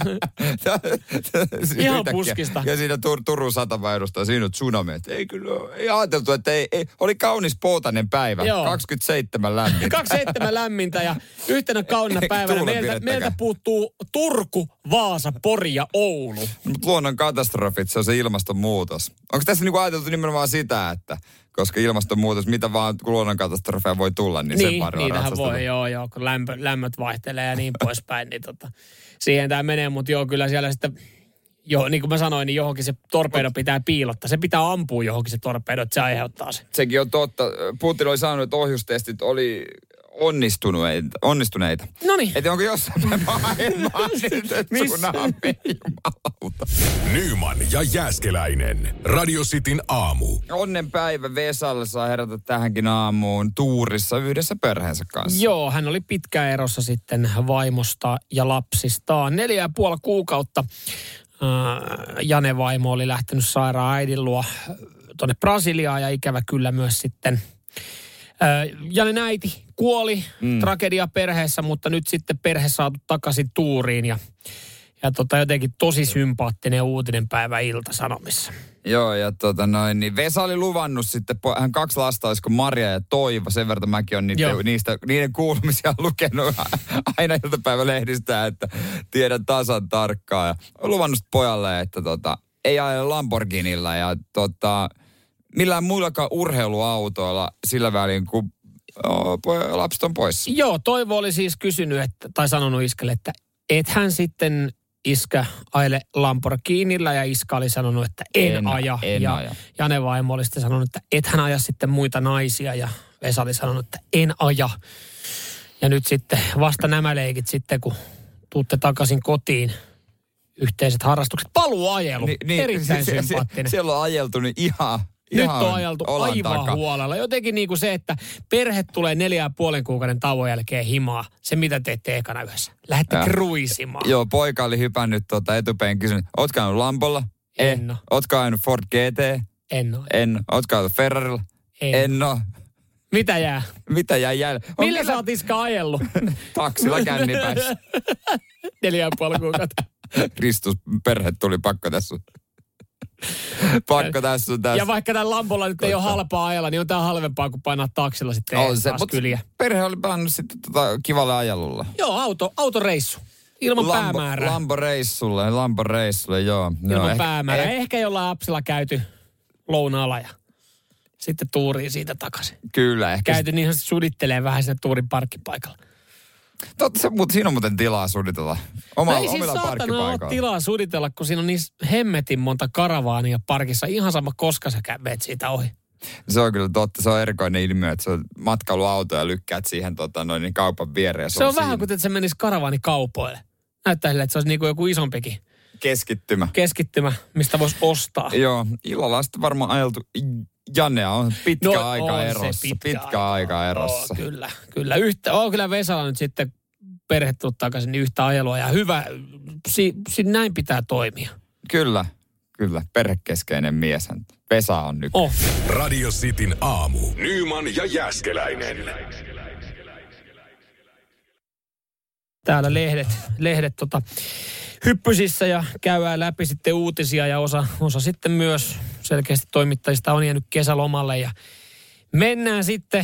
[SPEAKER 2] Yhtäkkiä.
[SPEAKER 3] puskista.
[SPEAKER 2] Ja siinä Tur- Turun satama edustaa, siinä on tsunami. Et ei kyllä, ole- ei ajateltu, että ei, ei. oli kaunis poutainen päivä,
[SPEAKER 3] Joo.
[SPEAKER 2] Joo. 27 lämmin.
[SPEAKER 3] 27 lämmintä ja yhtenä kaunina päivänä
[SPEAKER 2] Tuulen
[SPEAKER 3] meiltä,
[SPEAKER 2] pidettäkää.
[SPEAKER 3] meiltä puuttuu Turku, Vaasa, Pori ja Oulu.
[SPEAKER 2] Mutta luonnon katastrofit, se on se ilmastonmuutos. Onko tässä niinku ajateltu nimenomaan sitä, että koska ilmastonmuutos, mitä vaan luonnon katastrofeja voi tulla, niin, sen
[SPEAKER 3] Niin,
[SPEAKER 2] varmaan
[SPEAKER 3] niitähän
[SPEAKER 2] ratsastellaan.
[SPEAKER 3] voi, joo, joo, kun lämpö, lämmöt vaihtelee ja niin poispäin, niin tota, siihen tämä menee, mutta joo, kyllä siellä sitten, jo, niin kuin mä sanoin, niin johonkin se torpedo pitää piilottaa. Se pitää ampua johonkin se torpedo, että se aiheuttaa sen.
[SPEAKER 2] Sekin on totta. Putin oli sanonut, että ohjustestit oli onnistuneita. onnistuneita.
[SPEAKER 3] Noniin.
[SPEAKER 2] Että onko jossain päin maailmaa sitten
[SPEAKER 3] Missä?
[SPEAKER 2] tsunami, jumalauta.
[SPEAKER 1] Nyman ja Jääskeläinen. Radio Cityn aamu.
[SPEAKER 2] Onnenpäivä Vesalle saa herätä tähänkin aamuun tuurissa yhdessä perheensä kanssa.
[SPEAKER 3] Joo, hän oli pitkään erossa sitten vaimosta ja lapsistaan. Neljä ja puoli kuukautta äh, Jane vaimo oli lähtenyt sairaan äidin luo tuonne Brasiliaan ja ikävä kyllä myös sitten äh, Janen äiti kuoli mm. tragedia perheessä, mutta nyt sitten perhe saatu takaisin tuuriin ja, ja tota, jotenkin tosi sympaattinen uutinen päivä ilta-sanomissa.
[SPEAKER 2] Joo, ja tota noin, niin Vesa oli luvannut sitten, po- hän kaksi lasta, olisiko Maria ja Toivo, sen verran mäkin olen niitä,
[SPEAKER 3] Joo.
[SPEAKER 2] niistä, niiden kuulumisia lukenut aina iltapäivälehdistä, että tiedän tasan tarkkaan. Ja on luvannut pojalle, että tota, ei ajele Lamborghinilla ja tota, millään muillakaan urheiluautoilla sillä välin, kun oh, poj- lapset on poissa.
[SPEAKER 3] Joo, Toivo oli siis kysynyt, että, tai sanonut iskelle, että et hän sitten iskä aile Lamborghinilla ja iskä oli sanonut, että en,
[SPEAKER 2] En-
[SPEAKER 3] aja.
[SPEAKER 2] en
[SPEAKER 3] ja
[SPEAKER 2] aja.
[SPEAKER 3] Jane vaimo oli sitten sanonut, että et hän aja sitten muita naisia ja Vesa oli sanonut, että en aja. Ja nyt sitten vasta nämä leikit sitten, kun tuutte takaisin kotiin, yhteiset harrastukset, paluuajelu, niin, niin, erittäin
[SPEAKER 2] se- se-
[SPEAKER 3] sympaattinen.
[SPEAKER 2] Siellä on ajeltu niin ihan,
[SPEAKER 3] Nyt
[SPEAKER 2] ihan
[SPEAKER 3] on ajeltu
[SPEAKER 2] olan
[SPEAKER 3] aivan
[SPEAKER 2] takaa.
[SPEAKER 3] huolella. Jotenkin niin kuin se, että perhe tulee neljä ja puolen kuukauden tauon jälkeen himaa. Se, mitä teette ekana yhdessä. Lähdette
[SPEAKER 2] Joo.
[SPEAKER 3] kruisimaan.
[SPEAKER 2] Joo, poika oli hypännyt tuota etupeen kysynyt, oot käynyt Lambolla?
[SPEAKER 3] En oo.
[SPEAKER 2] Oot käynyt Ford GT?
[SPEAKER 3] En ole.
[SPEAKER 2] En. Oot käynyt Ferrarilla?
[SPEAKER 3] En.
[SPEAKER 2] En oo.
[SPEAKER 3] Mitä jää?
[SPEAKER 2] Mitä jäi jäljellä? On
[SPEAKER 3] Millä sä oot iska ajellut?
[SPEAKER 2] Taksilla kännipäissä.
[SPEAKER 3] neljä ja puoli kuukautta.
[SPEAKER 2] Kristus, perhe tuli pakko tässä. pakko tässä on tässä.
[SPEAKER 3] Ja vaikka tämän Lambolla nyt ei ole halpaa ajella, niin on tää halvempaa kuin painaa taksilla sitten
[SPEAKER 2] on
[SPEAKER 3] taas
[SPEAKER 2] mut
[SPEAKER 3] kyliä.
[SPEAKER 2] perhe oli pannut sitten tota kivalle ajelulle.
[SPEAKER 3] Joo, auto, autoreissu. Ilman päämäärää.
[SPEAKER 2] Lamboreissulle, Lamboreissulle, joo.
[SPEAKER 3] ilman
[SPEAKER 2] joo,
[SPEAKER 3] no,
[SPEAKER 2] ehkä- eh,
[SPEAKER 3] päämäärää. Ehkä, ehkä jollain apsilla käyty lounaalla ja sitten tuuriin siitä takaisin.
[SPEAKER 2] Kyllä, ehkä.
[SPEAKER 3] käyty niin ihan sudittelee vähän sinne tuurin parkkipaikalla.
[SPEAKER 2] Totta, se, mutta siinä on muuten tilaa suunnitella. Oma,
[SPEAKER 3] ei siis
[SPEAKER 2] omilla
[SPEAKER 3] saatana ole
[SPEAKER 2] parkkipaikoilla.
[SPEAKER 3] tilaa suditella, kun siinä on niin hemmetin monta karavaania parkissa. Ihan sama, koska sä kä- meet siitä ohi.
[SPEAKER 2] Se on kyllä totta. Se on erikoinen ilmiö, että se on matkailuauto ja lykkäät siihen tota, noin, niin kaupan viereen. ja
[SPEAKER 3] Se on,
[SPEAKER 2] siinä
[SPEAKER 3] vähän kuin että se menisi karavaanikaupoille. Näyttää sille, että se olisi niin kuin joku isompikin
[SPEAKER 2] keskittymä.
[SPEAKER 3] keskittymä, mistä voisi ostaa.
[SPEAKER 2] Joo, illalla on sitten varmaan ajeltu. Jannea on pitkä
[SPEAKER 3] No,
[SPEAKER 2] aika
[SPEAKER 3] on se
[SPEAKER 2] erossa. Pitkä, aika, erossa.
[SPEAKER 3] Oo, kyllä, kyllä. Yhtä, oo, kyllä Vesala nyt sitten perhe tullut takaisin niin yhtä ajelua ja hyvä, si, si, näin pitää toimia.
[SPEAKER 2] kyllä, kyllä. Perhekeskeinen mies. hän. Vesa on nyt.
[SPEAKER 3] Oh.
[SPEAKER 1] Radio Cityn aamu. Nyman ja Jääskeläinen.
[SPEAKER 3] täällä lehdet, lehdet tota, hyppysissä ja käydään läpi sitten uutisia ja osa, osa sitten myös selkeästi toimittajista on jäänyt kesälomalle ja mennään sitten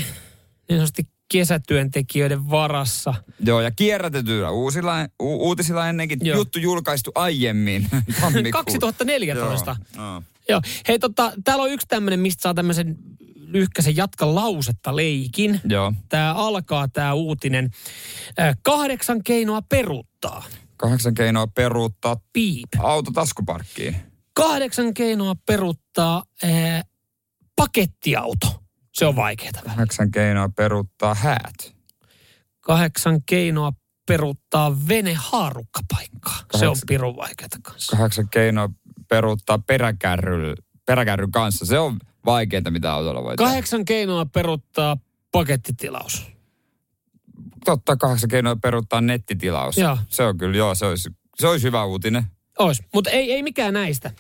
[SPEAKER 3] niin sanotusti kesätyöntekijöiden varassa.
[SPEAKER 2] Joo, ja kierrätetyillä uusilla, u, uutisilla ennenkin.
[SPEAKER 3] Joo.
[SPEAKER 2] Joo. Juttu julkaistu aiemmin. tammikuussa.
[SPEAKER 3] 2014.
[SPEAKER 2] Joo, joo.
[SPEAKER 3] Joo. Hei tota, täällä on yksi tämmöinen, mistä saa tämmöisen lyhkäisen jatka lausetta leikin.
[SPEAKER 2] Joo.
[SPEAKER 3] Tää alkaa tää uutinen. Äh, Kahdeksan keinoa peruuttaa.
[SPEAKER 2] Kahdeksan keinoa peruuttaa
[SPEAKER 3] Piip.
[SPEAKER 2] auto taskuparkkiin.
[SPEAKER 3] kahdeksan keinoa peruttaa eh, pakettiauto. Se on vaikeaa.
[SPEAKER 2] Kahdeksan keinoa peruuttaa häät.
[SPEAKER 3] Kahdeksan keinoa peruttaa venehaarukkapaikkaa. Se on
[SPEAKER 2] Kahdeksan-
[SPEAKER 3] pirun vaikeaa kanssa.
[SPEAKER 2] Kahdeksan keinoa peruuttaa peräkärry, peräkärryn kanssa. Se on vaikeinta, mitä autolla voi tehdä.
[SPEAKER 3] Kahdeksan keinoa peruttaa pakettitilaus.
[SPEAKER 2] Totta, kahdeksan keinoa peruuttaa nettitilaus.
[SPEAKER 3] Joo.
[SPEAKER 2] Se on kyllä, joo, se olisi, se olisi hyvä uutinen.
[SPEAKER 3] Ois, mutta ei, ei mikään näistä.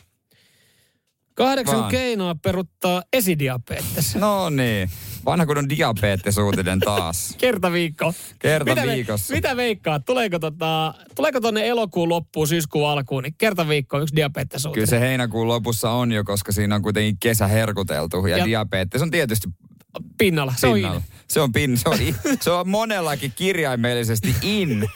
[SPEAKER 3] Kahdeksan
[SPEAKER 2] Vaan.
[SPEAKER 3] keinoa peruttaa esidiabetes.
[SPEAKER 2] No niin, vanha kun on diabetesuutinen taas.
[SPEAKER 3] Kerta viikko.
[SPEAKER 2] Kerta
[SPEAKER 3] mitä ve-
[SPEAKER 2] viikossa.
[SPEAKER 3] mitä veikkaat? Tuleeko, tota, tuleeko tonne elokuun loppuun, syyskuun alkuun, niin kerta viikko yksi diabetes
[SPEAKER 2] Kyllä se heinäkuun lopussa on jo, koska siinä on kuitenkin kesä herkuteltu. Ja,
[SPEAKER 3] Ja-
[SPEAKER 2] ja diabetes on tietysti
[SPEAKER 3] pinnalla. Se on
[SPEAKER 2] pinnalla.
[SPEAKER 3] in.
[SPEAKER 2] Se on, pin, se, on in, se on monellakin kirjaimellisesti in.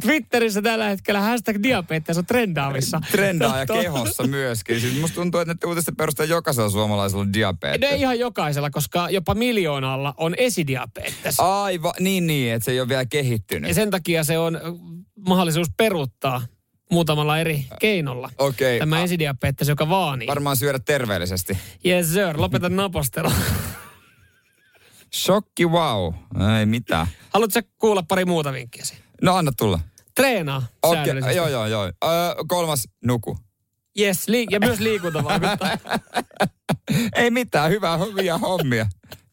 [SPEAKER 3] Twitterissä tällä hetkellä hashtag diabetes on trendaavissa.
[SPEAKER 2] trendaa ja
[SPEAKER 3] Totta.
[SPEAKER 2] kehossa myöskin. Siis musta tuntuu, että näiden uutisten perusteella jokaisella suomalaisella on
[SPEAKER 3] No ei
[SPEAKER 2] diabetes.
[SPEAKER 3] ihan jokaisella, koska jopa miljoonalla on esidiabetes.
[SPEAKER 2] Aivan, niin niin, että se ei ole vielä kehittynyt.
[SPEAKER 3] Ja sen takia se on ö, mahdollisuus peruuttaa muutamalla eri keinolla.
[SPEAKER 2] Okei,
[SPEAKER 3] Tämä
[SPEAKER 2] a-
[SPEAKER 3] esidiabetes, joka vaanii.
[SPEAKER 2] varmaan syödä terveellisesti.
[SPEAKER 3] Yes sir, lopeta napostelu.
[SPEAKER 2] Shokki wow. Ei mitään.
[SPEAKER 3] Haluatko sä kuulla pari muuta vinkkiä siihen?
[SPEAKER 2] No anna tulla.
[SPEAKER 3] Treenaa
[SPEAKER 2] Okei,
[SPEAKER 3] säännöllisesti.
[SPEAKER 2] joo, joo, joo. Öö, kolmas, nuku.
[SPEAKER 3] Yes, li- ja myös liikunta vaikuttaa.
[SPEAKER 2] Ei mitään, hyvää hyviä hommia.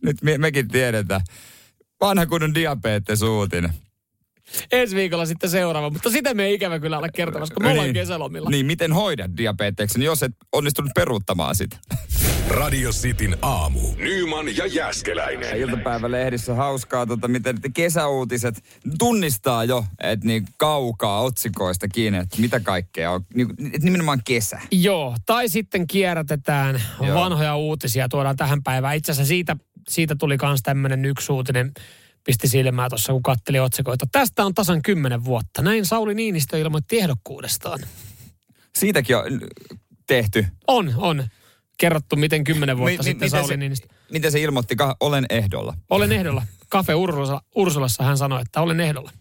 [SPEAKER 2] Nyt me, mekin tiedetään. Vanha kunnon diabetes uutinen.
[SPEAKER 3] Ensi viikolla sitten seuraava, mutta sitä me ei ikävä kyllä ole kertomassa, kun me ollaan
[SPEAKER 2] Niin.
[SPEAKER 3] kesälomilla.
[SPEAKER 2] Niin, miten hoidat diabeteksen, jos et onnistunut peruuttamaan sitä?
[SPEAKER 1] Radio Cityn aamu. Nyman ja Jäskeläinen.
[SPEAKER 2] Iltapäivälehdissä hauskaa, tota, miten te kesäuutiset tunnistaa jo, että niin kaukaa otsikoista kiinni, että mitä kaikkea on. Niin, et nimenomaan kesä.
[SPEAKER 3] Joo, tai sitten kierrätetään
[SPEAKER 2] Joo.
[SPEAKER 3] Joo. vanhoja uutisia, tuodaan tähän päivään. Itse asiassa siitä, siitä tuli myös tämmöinen yksi uutinen, pisti silmää tuossa, kun katteli otsikoita. Tästä on tasan 10 vuotta. Näin Sauli Niinistö ilmoitti ehdokkuudestaan.
[SPEAKER 2] Siitäkin on tehty.
[SPEAKER 3] On, on. Kerrottu, miten 10 vuotta
[SPEAKER 2] Mi- mi-
[SPEAKER 3] sitten
[SPEAKER 2] miten
[SPEAKER 3] Sauli
[SPEAKER 2] se-
[SPEAKER 3] Niinistö.
[SPEAKER 2] Miten se ilmoitti? Ka- Olen ehdolla.
[SPEAKER 3] Olen ehdolla. Cafe Ursula, Ursulassa hän sanoi, että olen ehdolla.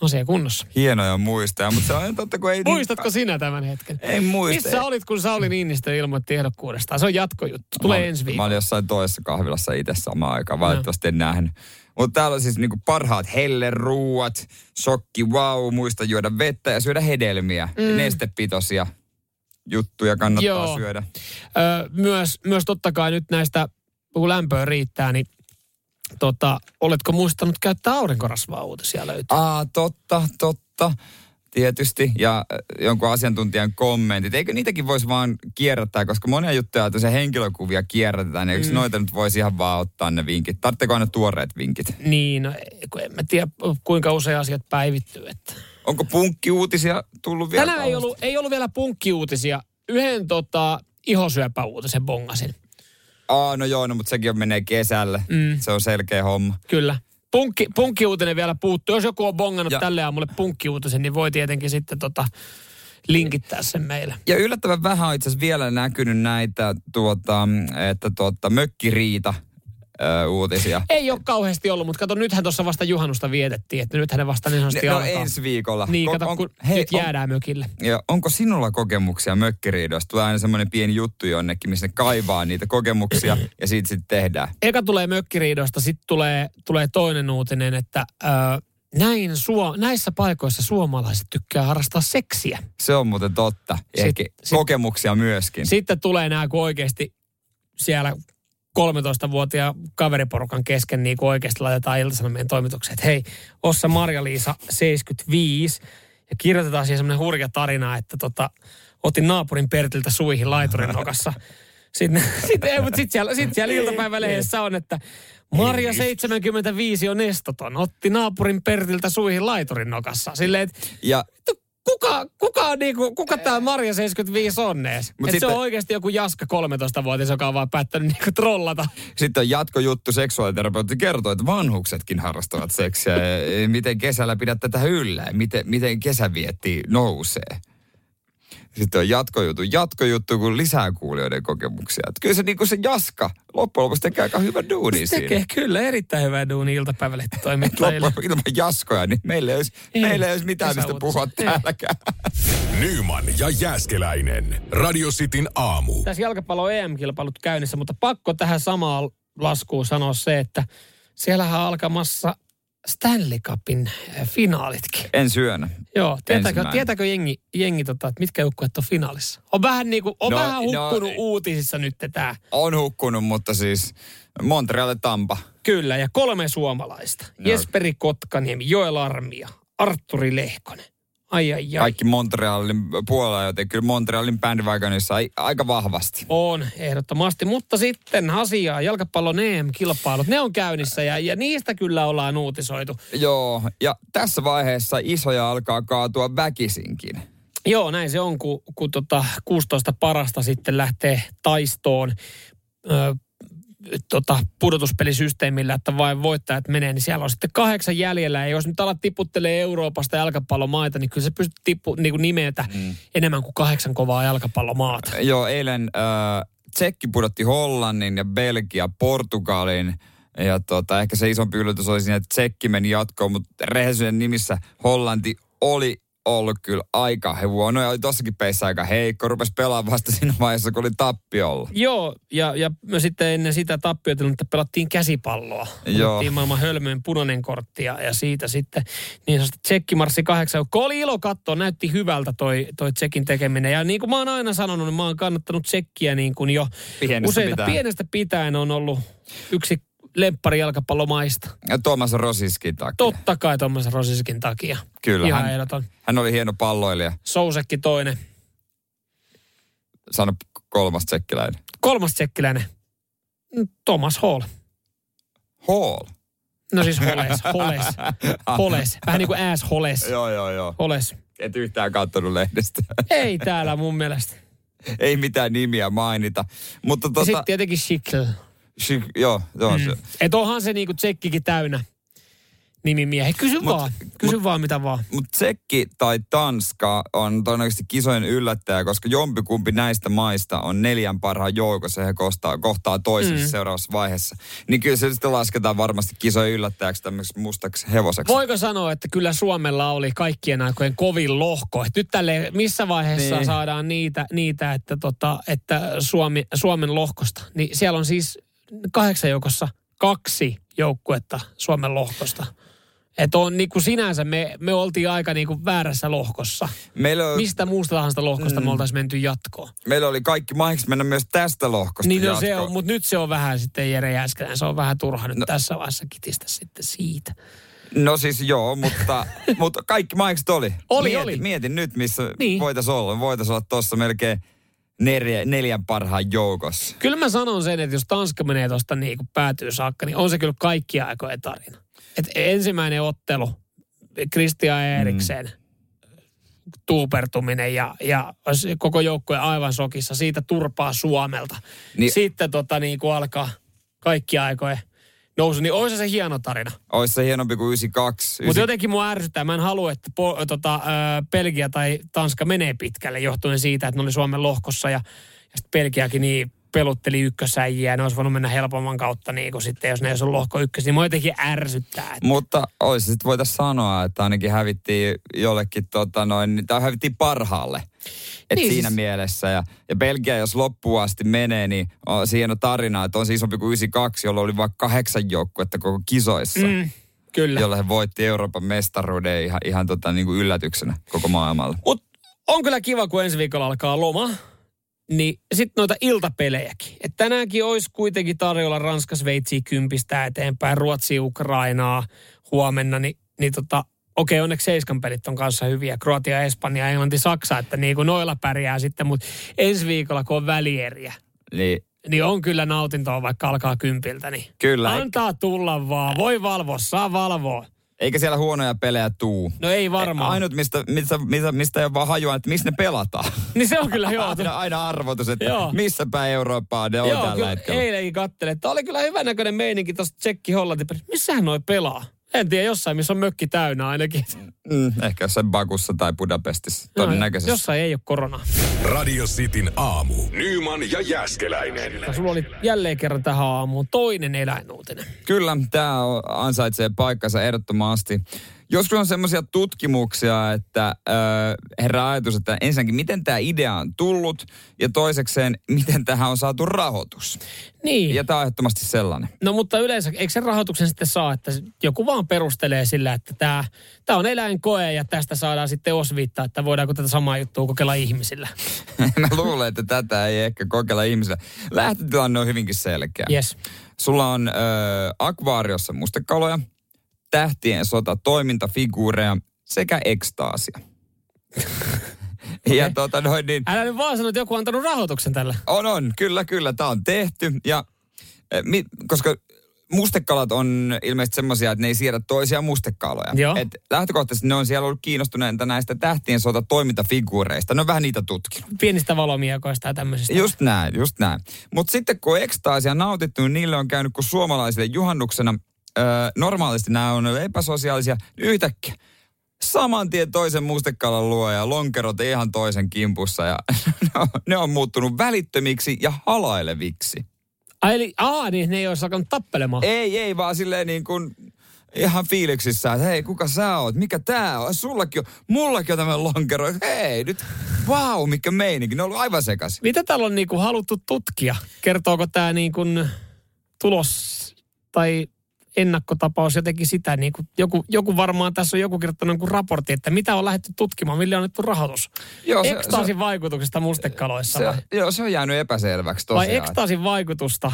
[SPEAKER 3] Asia kunnossa.
[SPEAKER 2] Hienoja muistoja, mutta se on totta kun ei...
[SPEAKER 3] Muistatko sinä tämän hetken?
[SPEAKER 2] Ei Niin. muista.
[SPEAKER 3] Missä olit, kun Sauli Niinistö ilmoitti ehdokkuudestaan? Se on jatkojuttu. Tulee
[SPEAKER 2] Mä olin-
[SPEAKER 3] ensi
[SPEAKER 2] Mä
[SPEAKER 3] viikolla.
[SPEAKER 2] olin jossain toisessa kahvilassa itse samaan aikaan, valitettavasti en nähnyt. Mutta täällä on siis niinku parhaat helleruuat, shokki wow, muista juoda vettä ja syödä hedelmiä. Mm. Nestepitoisia juttuja kannattaa Joo.
[SPEAKER 3] Joo.
[SPEAKER 2] syödä.
[SPEAKER 3] Öö, myös, myös totta kai nyt näistä, kun lämpöä riittää, niin tota, oletko muistanut käyttää aurinkorasvaa uutisia löytyy?
[SPEAKER 2] Aa, totta, totta. Tietysti. Ja äh, jonkun asiantuntijan kommentit. Eikö niitäkin voisi vaan kierrättää, koska monia juttuja, että se henkilökuvia kierrätetään, niin eikö
[SPEAKER 3] Mm.
[SPEAKER 2] noita nyt voisi ihan vaan ottaa ne vinkit? Tarvitseeko aina tuoreet vinkit?
[SPEAKER 3] Niin, no, ei- kun en mä tiedä kuinka usein asiat päivittyy. Että.
[SPEAKER 2] Onko punkkiuutisia tullut vielä?
[SPEAKER 3] Tänään ei ollut, ei ollut vielä punkkiuutisia. Yhden tota, ihosyöpäuutisen bongasin.
[SPEAKER 2] Aa, no joo, no, mutta sekin menee kesälle. Mm. Se on selkeä homma.
[SPEAKER 3] Kyllä. Punkki, punkkiuutinen vielä puuttuu. Jos joku on bongannut
[SPEAKER 2] Ja-
[SPEAKER 3] ja. tälle aamulle punkkiuutisen, niin voi tietenkin sitten tota, linkittää sen meille.
[SPEAKER 2] Ja yllättävän vähän on itse asiassa vielä näkynyt näitä, tuota, että tuota, mökkiriita ö, uutisia.
[SPEAKER 3] Ei ole kauheasti ollut, mutta kato, nythän tuossa vasta juhannusta vietettiin, että nythän ne vasta niin sanotusti
[SPEAKER 2] No
[SPEAKER 3] alkaa.
[SPEAKER 2] ensi viikolla.
[SPEAKER 3] Niin,
[SPEAKER 2] Ko-
[SPEAKER 3] kato, kun
[SPEAKER 2] hei,
[SPEAKER 3] nyt jäädään mökille.
[SPEAKER 2] Ja onko sinulla kokemuksia mökkiriidoista? Tulee aina semmoinen pieni juttu jonnekin, missä ne kaivaa niitä kokemuksia ja siitä sitten tehdään.
[SPEAKER 3] Eka tulee mökkiriidosta, sitten tulee, tulee toinen uutinen, että ö, näin suo, näissä paikoissa suomalaiset tykkää harrastaa seksiä.
[SPEAKER 2] Se on muuten totta. Ja
[SPEAKER 3] Sit-
[SPEAKER 2] ehkä
[SPEAKER 3] sit-
[SPEAKER 2] kokemuksia myöskin.
[SPEAKER 3] Sitten tulee nämä, kun oikeasti siellä 13-vuotiaan kaveriporukan kesken niin kun oikeasti laitetaan iltasanomien toimitukseen, että hei, Ossa Marja-Liisa 75. Ja kirjoitetaan siihen semmoinen hurja tarina, että tota, otin naapurin Pertiltä suihin laiturin nokassa. Sitten, sitten, ei, mutta sitten siellä, sit siellä iltapäivälehdessä on, että Marja 75 on estoton, otti naapurin Pertiltä suihin laiturin nokassa. Silleen, että
[SPEAKER 2] Ja
[SPEAKER 3] vittu, kuka, kuka, on niinku, kuka tämä Marja 75 on ees?
[SPEAKER 2] Mut
[SPEAKER 3] Et
[SPEAKER 2] sitten-
[SPEAKER 3] se on oikeasti joku Jaska 13-vuotias, joka on vaan päättänyt niinku trollata.
[SPEAKER 2] Sitten on jatkojuttu, seksuaaliterapeutti kertoo, että vanhuksetkin harrastavat seksiä. Ja, ja miten kesällä pidät tätä yllä, ja miten, miten kesävietti nousee. Sitten on jatkojuttu, jatkojuttu kun lisää kuulijoiden kokemuksia. Että kyllä se, niin kuin se jaska loppujen lopuksi tekee aika hyvän duunin
[SPEAKER 3] Se
[SPEAKER 2] Niin siinä.
[SPEAKER 3] tekee kyllä erittäin hyvää duuni iltapäivälehti toimittajille.
[SPEAKER 2] Loppujen ilman jaskoja, niin meillä ei olisi,
[SPEAKER 3] Ei.
[SPEAKER 2] meillä ei olisi mitään, mistä
[SPEAKER 3] Kesäuutisia.
[SPEAKER 2] puhua
[SPEAKER 3] Ei.
[SPEAKER 2] täälläkään.
[SPEAKER 1] Nyman ja Jäskeläinen. Radio Cityn aamu.
[SPEAKER 3] Tässä jalkapallo EM-kilpailut käynnissä, mutta pakko tähän samaan laskuun sanoa se, että siellähän on alkamassa Stanley Cupin äh, finaalitkin.
[SPEAKER 2] En syönä.
[SPEAKER 3] Joo, tietääkö,
[SPEAKER 2] Ensimmäinen.
[SPEAKER 3] tietääkö jengi, jengi tota, että mitkä joukkueet on finaalissa? On vähän, niinku, on
[SPEAKER 2] No,
[SPEAKER 3] no, vähän
[SPEAKER 2] no,
[SPEAKER 3] hukkunut
[SPEAKER 2] ei.
[SPEAKER 3] no, uutisissa nyt tämä.
[SPEAKER 2] On hukkunut, mutta siis Montreal ja Tampa.
[SPEAKER 3] Kyllä, ja kolme suomalaista.
[SPEAKER 2] No.
[SPEAKER 3] No. Jesperi Kotkaniemi, Joel Armia, Arturi Lehkonen. Ai, ai, ai.
[SPEAKER 2] kaikki Montrealin puolella, joten kyllä Montrealin bandwagonissa ai- aika vahvasti.
[SPEAKER 3] On, ehdottomasti. Mutta sitten asiaa, jalkapallon EM-kilpailut, ne on käynnissä ja, ja niistä kyllä ollaan uutisoitu.
[SPEAKER 2] Joo, ja tässä vaiheessa isoja alkaa kaatua väkisinkin.
[SPEAKER 3] Joo, näin se on, kun, kun tota 16 parasta sitten lähtee taistoon ö, tota, pudotuspelisysteemillä, että vain voittajat menee, niin siellä on sitten kahdeksan jäljellä. Ja jos nyt alat tiputtelee Euroopasta jalkapallomaita, niin kyllä se pystyt tippu, niin kuin nimeltä mm. enemmän kuin kahdeksan kovaa jalkapallomaata.
[SPEAKER 2] Joo, eilen äh, Tsekki pudotti Hollannin ja Belgia Portugalin. Ja tota, ehkä se isompi yllätys oli siinä, että Tsekki meni jatkoon, mutta rehellisyyden nimissä Hollanti oli ollut kyllä aika he huonoja. Oli tossakin peissä aika heikko. Rupes pelaamaan vasta siinä vaiheessa, kun oli tappiolla.
[SPEAKER 3] Joo, ja, ja me sitten ennen sitä tappiotilannetta pelattiin käsipalloa.
[SPEAKER 2] Joo.
[SPEAKER 3] Otettiin maailman hölmöin punainen kortti ja, ja siitä sitten niin sanotusti tsekkimarssi kahdeksan. joka Oli ilo katsoa, näytti hyvältä toi, toi tsekin tekeminen. Ja niin kuin mä oon aina sanonut, niin mä oon kannattanut tsekkiä niin kuin jo
[SPEAKER 2] Pienestä
[SPEAKER 3] useita
[SPEAKER 2] pitää.
[SPEAKER 3] pienestä pitäen on ollut yksi lemppari jalkapallomaista.
[SPEAKER 2] Ja Tuomas Rosiskin takia.
[SPEAKER 3] Totta kai Thomas Rosiskin takia.
[SPEAKER 2] Kyllä,
[SPEAKER 3] Ihan
[SPEAKER 2] hän-
[SPEAKER 3] ehdoton.
[SPEAKER 2] Hän oli hieno palloilija.
[SPEAKER 3] Sousekki toinen.
[SPEAKER 2] Sano kolmas tsekkiläinen.
[SPEAKER 3] Kolmas tsekkiläinen. Thomas Hall.
[SPEAKER 2] Hall.
[SPEAKER 3] No siis holes, holes, holes. Vähän niin kuin ass holes.
[SPEAKER 2] Joo, joo, joo.
[SPEAKER 3] Holes.
[SPEAKER 2] Et yhtään kattonut lehdestä.
[SPEAKER 3] Ei täällä mun mielestä.
[SPEAKER 2] Ei mitään nimiä mainita. Mutta
[SPEAKER 3] Tota...
[SPEAKER 2] tota...
[SPEAKER 3] Sitten tietenkin Schickel.
[SPEAKER 2] Shik, joo, joo. Mm. Se.
[SPEAKER 3] Et onhan se niinku tsekkikin täynnä nimimiehet. Kysy mut, vaan, kysy mut, vaan mitä vaan.
[SPEAKER 2] Mutta Tsekki tai Tanska on todennäköisesti kisojen yllättäjä, koska jompikumpi näistä maista on neljän parhaan joukossa ja he kohtaa, kohtaa toisensa mm. seuraavassa vaiheessa. Niin kyllä se sitten lasketaan varmasti kisojen yllättäjäksi tämmöiseksi mustaksi hevoseksi.
[SPEAKER 3] Voiko sanoa, että kyllä Suomella oli kaikkien aikojen kovin lohko? Et nyt tälle, missä vaiheessa
[SPEAKER 2] Niin.
[SPEAKER 3] niin. saadaan niitä, niitä että, tota, että Suomi, Suomen lohkosta? Niin siellä on siis kahdeksan joukossa kaksi joukkuetta Suomen lohkosta. Että on niinku sinänsä, me, me oltiin aika niinku väärässä lohkossa.
[SPEAKER 2] Meillä, on,
[SPEAKER 3] Mistä muusta tahansa lohkosta
[SPEAKER 2] Mm.
[SPEAKER 3] me oltaisiin menty jatkoon?
[SPEAKER 2] meillä oli kaikki mahdollisesti mennä myös tästä lohkosta
[SPEAKER 3] Niin no
[SPEAKER 2] jatkoon.
[SPEAKER 3] se on, mutta nyt se on vähän sitten Jere Jääskelän, se on vähän turha nyt no. tässä vaiheessa kitistä sitten siitä.
[SPEAKER 2] No siis joo, mutta, mutta kaikki maikset oli.
[SPEAKER 3] Oli,
[SPEAKER 2] mietin,
[SPEAKER 3] oli.
[SPEAKER 2] Mietin nyt, missä niin.
[SPEAKER 3] Niin.
[SPEAKER 2] voitaisiin olla. Voitaisiin olla tuossa melkein neljä, neljän parhaan joukossa.
[SPEAKER 3] Kyllä mä sanon sen, että jos Tanska menee tuosta niin kuin päätyy saakka, niin on se kyllä kaikkia aikojen tarina. Et ensimmäinen ottelu, Christian Eriksen tuupertuminen ja, ja se koko joukkue aivan sokissa, siitä turpaa Suomelta.
[SPEAKER 2] Niin-
[SPEAKER 3] Niin. Sitten tota, niin kuin alkaa kaikkia aikojen nousu, niin olisi se hieno tarina.
[SPEAKER 2] Olisi se hienompi kuin 92.
[SPEAKER 3] Mutta
[SPEAKER 2] 90.
[SPEAKER 3] jotenkin mua ärsyttää. Mä en halua, että po, tota, ö, Belgia tai Tanska menee pitkälle johtuen siitä, että ne oli Suomen lohkossa ja, ja sitten Belgiakin niin pelutteli ykkösäjiä ja ne olisi voinut mennä helpomman kautta niin kuin sitten, jos ne ei olisi ollut lohko ykkös, niin mua jotenkin ärsyttää. että-
[SPEAKER 2] Mutta olisi sitten voitaisiin sanoa, että ainakin hävittiin jollekin, tota noin, tai hävittiin parhaalle. Et niin
[SPEAKER 3] Niin,
[SPEAKER 2] siinä siis...
[SPEAKER 3] siis-
[SPEAKER 2] mielessä. Ja, ja Belgia, jos loppuun asti menee, niin on siinä on tarina, että on se isompi kuin 92, jolloin oli vaikka kahdeksan joukkuetta koko kisoissa. Mm.
[SPEAKER 3] Mm, kyllä.
[SPEAKER 2] Jolla he voitti Euroopan mestaruuden ihan, ihan tota, niin kuin yllätyksenä koko maailmalle.
[SPEAKER 3] Mut on kyllä kiva, kun ensi viikolla alkaa loma, niin sitten noita iltapelejäkin. Et tänäänkin olisi kuitenkin tarjolla Ranska Sveitsiä kympistä eteenpäin, Ruotsi Ukrainaa huomenna, niin, niin tota, okei, onneksi seiskan pelit on kanssa hyviä, Kroatia, Espanja, Englanti, Saksa, että niin kuin noilla pärjää sitten, mutta ensi viikolla, kun on välieriä,
[SPEAKER 2] Niin
[SPEAKER 3] niin on kyllä nautintoa, vaikka alkaa kympiltä, niin
[SPEAKER 2] kyllä,
[SPEAKER 3] antaa tulla vaan, voi valvoa, saa valvoa.
[SPEAKER 2] eikä siellä huonoja pelejä tuu.
[SPEAKER 3] No ei varmaan.
[SPEAKER 2] Ainut, mistä, mistä, mistä, mistä ei ole vaan hajua, että missä ne pelataan.
[SPEAKER 3] Niin se on kyllä joo.
[SPEAKER 2] Aina, aina arvotus, että
[SPEAKER 3] Joo.
[SPEAKER 2] missä päin Eurooppaa ne on
[SPEAKER 3] Joo,
[SPEAKER 2] tällä
[SPEAKER 3] kyllä
[SPEAKER 2] hetkellä.
[SPEAKER 3] eilenkin kattelin. Tämä oli kyllä hyvännäköinen meininki tuossa tsekki hollanti Missähän noi pelaa? En tiedä, jossain missä on mökki täynnä ainakin.
[SPEAKER 2] Mm, ehkä jossain Bakussa tai Budapestissa, todennäköisesti.
[SPEAKER 3] No, jossain ei ole korona.
[SPEAKER 1] Radio Cityn aamu. Nyman ja Jääskeläinen.
[SPEAKER 3] Sulla oli jälleen kerran tähän aamuun toinen eläinuutinen.
[SPEAKER 2] Kyllä, tämä ansaitsee paikkansa ehdottomasti. Joskus on semmoisia tutkimuksia, että ö, herää ajatus, että ensinnäkin miten tämä idea on tullut ja toisekseen miten tähän on saatu rahoitus.
[SPEAKER 3] Niin.
[SPEAKER 2] Ja tämä on ehdottomasti sellainen.
[SPEAKER 3] No mutta yleensä, eikö sen rahoituksen sitten saa, että joku vaan perustelee sillä, että tämä, tämä on eläinkoe ja tästä saadaan sitten osviittaa, että voidaanko tätä samaa juttua kokeilla ihmisillä.
[SPEAKER 2] Mä luulen, että tätä ei ehkä kokeilla ihmisillä. Lähtötilanne on hyvinkin selkeä.
[SPEAKER 3] Yes.
[SPEAKER 2] Sulla on ö, akvaariossa mustekaloja, tähtien sota, toimintafiguureja sekä ekstaasia. ja tota noin niin,
[SPEAKER 3] Älä nyt vaan sano, että joku on antanut rahoituksen tällä.
[SPEAKER 2] on on, kyllä kyllä, tää on tehty. Ja ö, mi, koska mustekalat on ilmeisesti semmoisia, että ne ei siedä toisia mustekaloja.
[SPEAKER 3] Joo.
[SPEAKER 2] Et lähtökohtaisesti ne on siellä ollut kiinnostuneita näistä tähtien sota toimintafiguureista. Ne on vähän niitä tutkinut.
[SPEAKER 3] Pienistä valomiekoista ja tämmöisistä.
[SPEAKER 2] Just näin, just näin. Mutta sitten kun ekstaasia nautittu, niin niille on käynyt kuin suomalaisille juhannuksena. Öö, normaalisti nämä on epäsosiaalisia. niin Yhtäkkiä saman tien toisen mustekalan luo ja lonkerot ihan toisen kimpussa. Ja ne on, ne on muuttunut välittömiksi ja halaileviksi.
[SPEAKER 3] Ai eli, aa, niin ne ei olisi alkanut tappelemaan.
[SPEAKER 2] Ei, ei, vaan silleen niin kuin ihan fiiliksissä, että hei, kuka sä oot, mikä tää on, sullakin on, mullakin on tämä lonkero, hei, nyt, vau, wow, mikä meininki, ne on ollut aivan sekas.
[SPEAKER 3] Mitä täällä on niinku haluttu tutkia? Kertooko tämä niinku tulos tai ennakkotapaus jotenkin sitä, niin kuin joku, joku varmaan tässä on joku kirjoittanut jonkun raportin, että mitä on lähdetty tutkimaan, mille on annettu rahoitus.
[SPEAKER 2] Joo, No se-
[SPEAKER 3] Ekstaasin vaikutuksesta mustekaloissa vai,
[SPEAKER 2] Se, joo, se on jäänyt epäselväksi
[SPEAKER 3] vai
[SPEAKER 2] tosiaan.
[SPEAKER 3] ekstaasin vaikutusta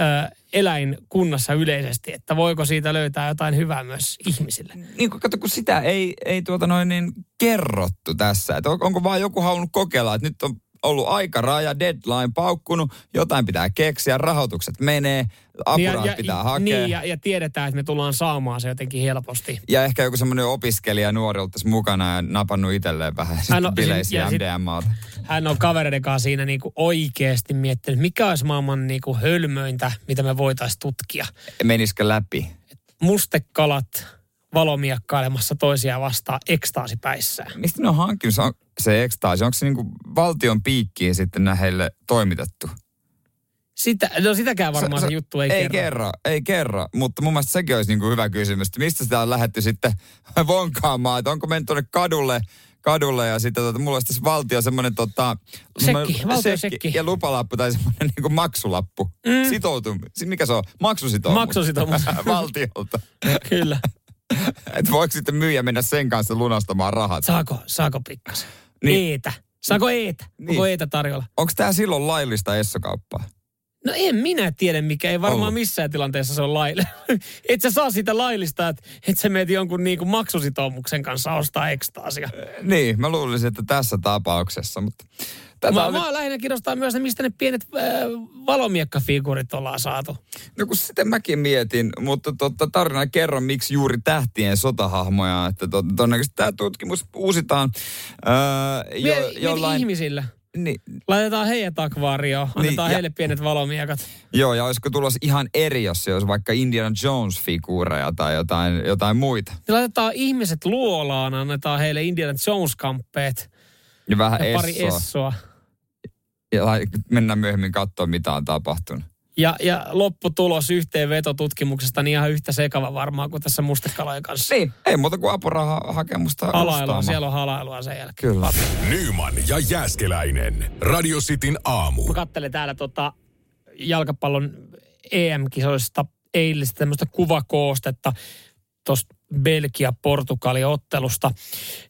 [SPEAKER 3] ö, eläinkunnassa yleisesti, että voiko siitä löytää jotain hyvää myös ihmisille.
[SPEAKER 2] niin kun, kato, kun sitä ei, ei tuota noin niin kerrottu tässä. Että on, onko vaan joku halunnut kokeilla, että nyt on ollut aikaraja, deadline paukkunut, jotain pitää keksiä, rahoitukset menee, apurahat
[SPEAKER 3] ja,
[SPEAKER 2] pitää hakea.
[SPEAKER 3] Niin, ja, ja tiedetään, että me tullaan saamaan se jotenkin helposti.
[SPEAKER 2] ja ehkä joku semmoinen opiskelija nuori ollut tässä mukana ja napannut itselleen vähän
[SPEAKER 3] Hän
[SPEAKER 2] sitten
[SPEAKER 3] on-
[SPEAKER 2] bileisiä
[SPEAKER 3] no, ja sit-
[SPEAKER 2] MDMAta.
[SPEAKER 3] Hän on kavereiden kanssa siinä niinku oikeasti miettinyt, mikä olisi maailman niinku hölmöintä, mitä me voitaisiin tutkia.
[SPEAKER 2] Menisikö läpi?
[SPEAKER 3] mustekalat valomiakkailemassa toisiaan vastaan ekstaasipäissään.
[SPEAKER 2] Mistä ne on hankkinut se, on, se ekstaasi? Onko se niinku valtion piikkiin sitten nää heille toimitettu?
[SPEAKER 3] Sitä, no sitäkään varmaan se, juttu ei,
[SPEAKER 2] ei
[SPEAKER 3] kerro.
[SPEAKER 2] kerro. Ei kerro, mutta mun mielestä sekin olisi niin kuin hyvä kysymys, että mistä sitä on lähetty sitten vonkaamaan, että onko mennyt tuonne kadulle, kadulle ja sitten tota, mulla olisi tässä valtio semmoinen tota, semmoinen
[SPEAKER 3] valtion sekki.
[SPEAKER 2] ja lupalappu tai semmoinen niin kuin maksulappu. Mm. Sitoutum, si- mikä se on? Maksusitoumus.
[SPEAKER 3] Maksusitoumus.
[SPEAKER 2] Valtiolta.
[SPEAKER 3] Kyllä.
[SPEAKER 2] Että voiko sitten myyjä mennä sen kanssa lunastamaan rahat?
[SPEAKER 3] Saako, saako pikkasen?
[SPEAKER 2] Niin.
[SPEAKER 3] Niin. Eetä. Saako eetä? Niin. Onko
[SPEAKER 2] Niin.
[SPEAKER 3] eetä tarjolla?
[SPEAKER 2] Onko tämä silloin laillista essokauppaa?
[SPEAKER 3] No en minä tiedä mikä. Ei varmaan
[SPEAKER 2] Ollut.
[SPEAKER 3] missään tilanteessa se on lailla. et sä saa sitä laillista, että et sä meet jonkun niinku maksusitoumuksen kanssa ostaa ekstaasia.
[SPEAKER 2] Niin, mä luulisin, että tässä tapauksessa, mutta... Tätä
[SPEAKER 3] Mä,
[SPEAKER 2] oli-
[SPEAKER 3] mä lähinnä kiinnostaa myös, että mistä ne pienet äh, valomiekkafiguurit ollaan saatu.
[SPEAKER 2] No kun sitä mäkin mietin, mutta totta, tarina ei kerro, miksi juuri tähtien sotahahmoja, että to, todennäköisesti tämä tutkimus uusitaan öö,
[SPEAKER 3] Jo,
[SPEAKER 2] jo,
[SPEAKER 3] Mieti jollain...
[SPEAKER 2] jollain...
[SPEAKER 3] ihmisillä.
[SPEAKER 2] Niin,
[SPEAKER 3] niin Laitetaan heidät akvaarioon, annetaan
[SPEAKER 2] ja-
[SPEAKER 3] niin, heille pienet valomiekat. Niin
[SPEAKER 2] joo, ja olisiko tulos ihan eri, jos se olisi vaikka Indiana Jones-figuureja tai jotain, jotain muita.
[SPEAKER 3] Ja laitetaan ihmiset luolaan, annetaan heille Indiana Jones-kamppeet
[SPEAKER 2] Ja vähän
[SPEAKER 3] ja
[SPEAKER 2] ja
[SPEAKER 3] pari
[SPEAKER 2] essoa.
[SPEAKER 3] essoa.
[SPEAKER 2] Ja lai- mennään myöhemmin katsoa, mitä on tapahtunut.
[SPEAKER 3] Ja, ja lopputulos yhteenvetotutkimuksesta niin ihan yhtä sekava varmaan kuin tässä mustekalojen kanssa.
[SPEAKER 2] Niin, ei muuta kuin apurahahakemusta
[SPEAKER 3] Halailua,
[SPEAKER 2] rustaamaan.
[SPEAKER 3] siellä on halailua sen jälkeen.
[SPEAKER 2] Kyllä.
[SPEAKER 1] Nyman ja Jääskeläinen. Radio Cityn aamu.
[SPEAKER 3] Mä katselen täällä tota jalkapallon EM-kisoista eilistä tämmöistä kuvakoostetta tuosta Belgia-Portugali ottelusta.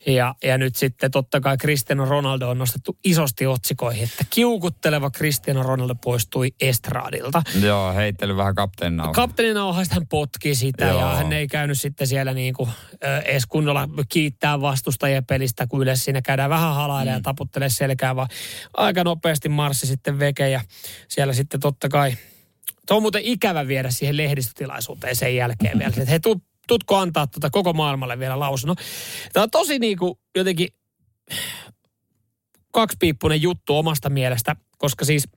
[SPEAKER 3] Ja, ja, nyt sitten totta kai Cristiano Ronaldo on nostettu isosti otsikoihin, että kiukutteleva Cristiano Ronaldo poistui estraadilta.
[SPEAKER 2] Joo, heittely vähän kapteenin nauhaa.
[SPEAKER 3] Kapteeninauhan sitten hän potki sitä
[SPEAKER 2] Joo.
[SPEAKER 3] Joo. ja hän ei käynyt sitten siellä niinku, ö, edes kunnolla kiittää vastustajia pelistä, kun yleensä siinä käydään vähän halailemaan mm. ja taputtelee selkää, vaan aika nopeasti marssi sitten veke ja siellä sitten totta kai, tuo on muuten ikävä viedä siihen lehdistötilaisuuteen sen jälkeen vielä, että he tu, tutko antaa tuota koko maailmalle vielä lausunnon. Tämä on tosi niinku jotenkin kaksipiippunen juttu omasta mielestä, koska siis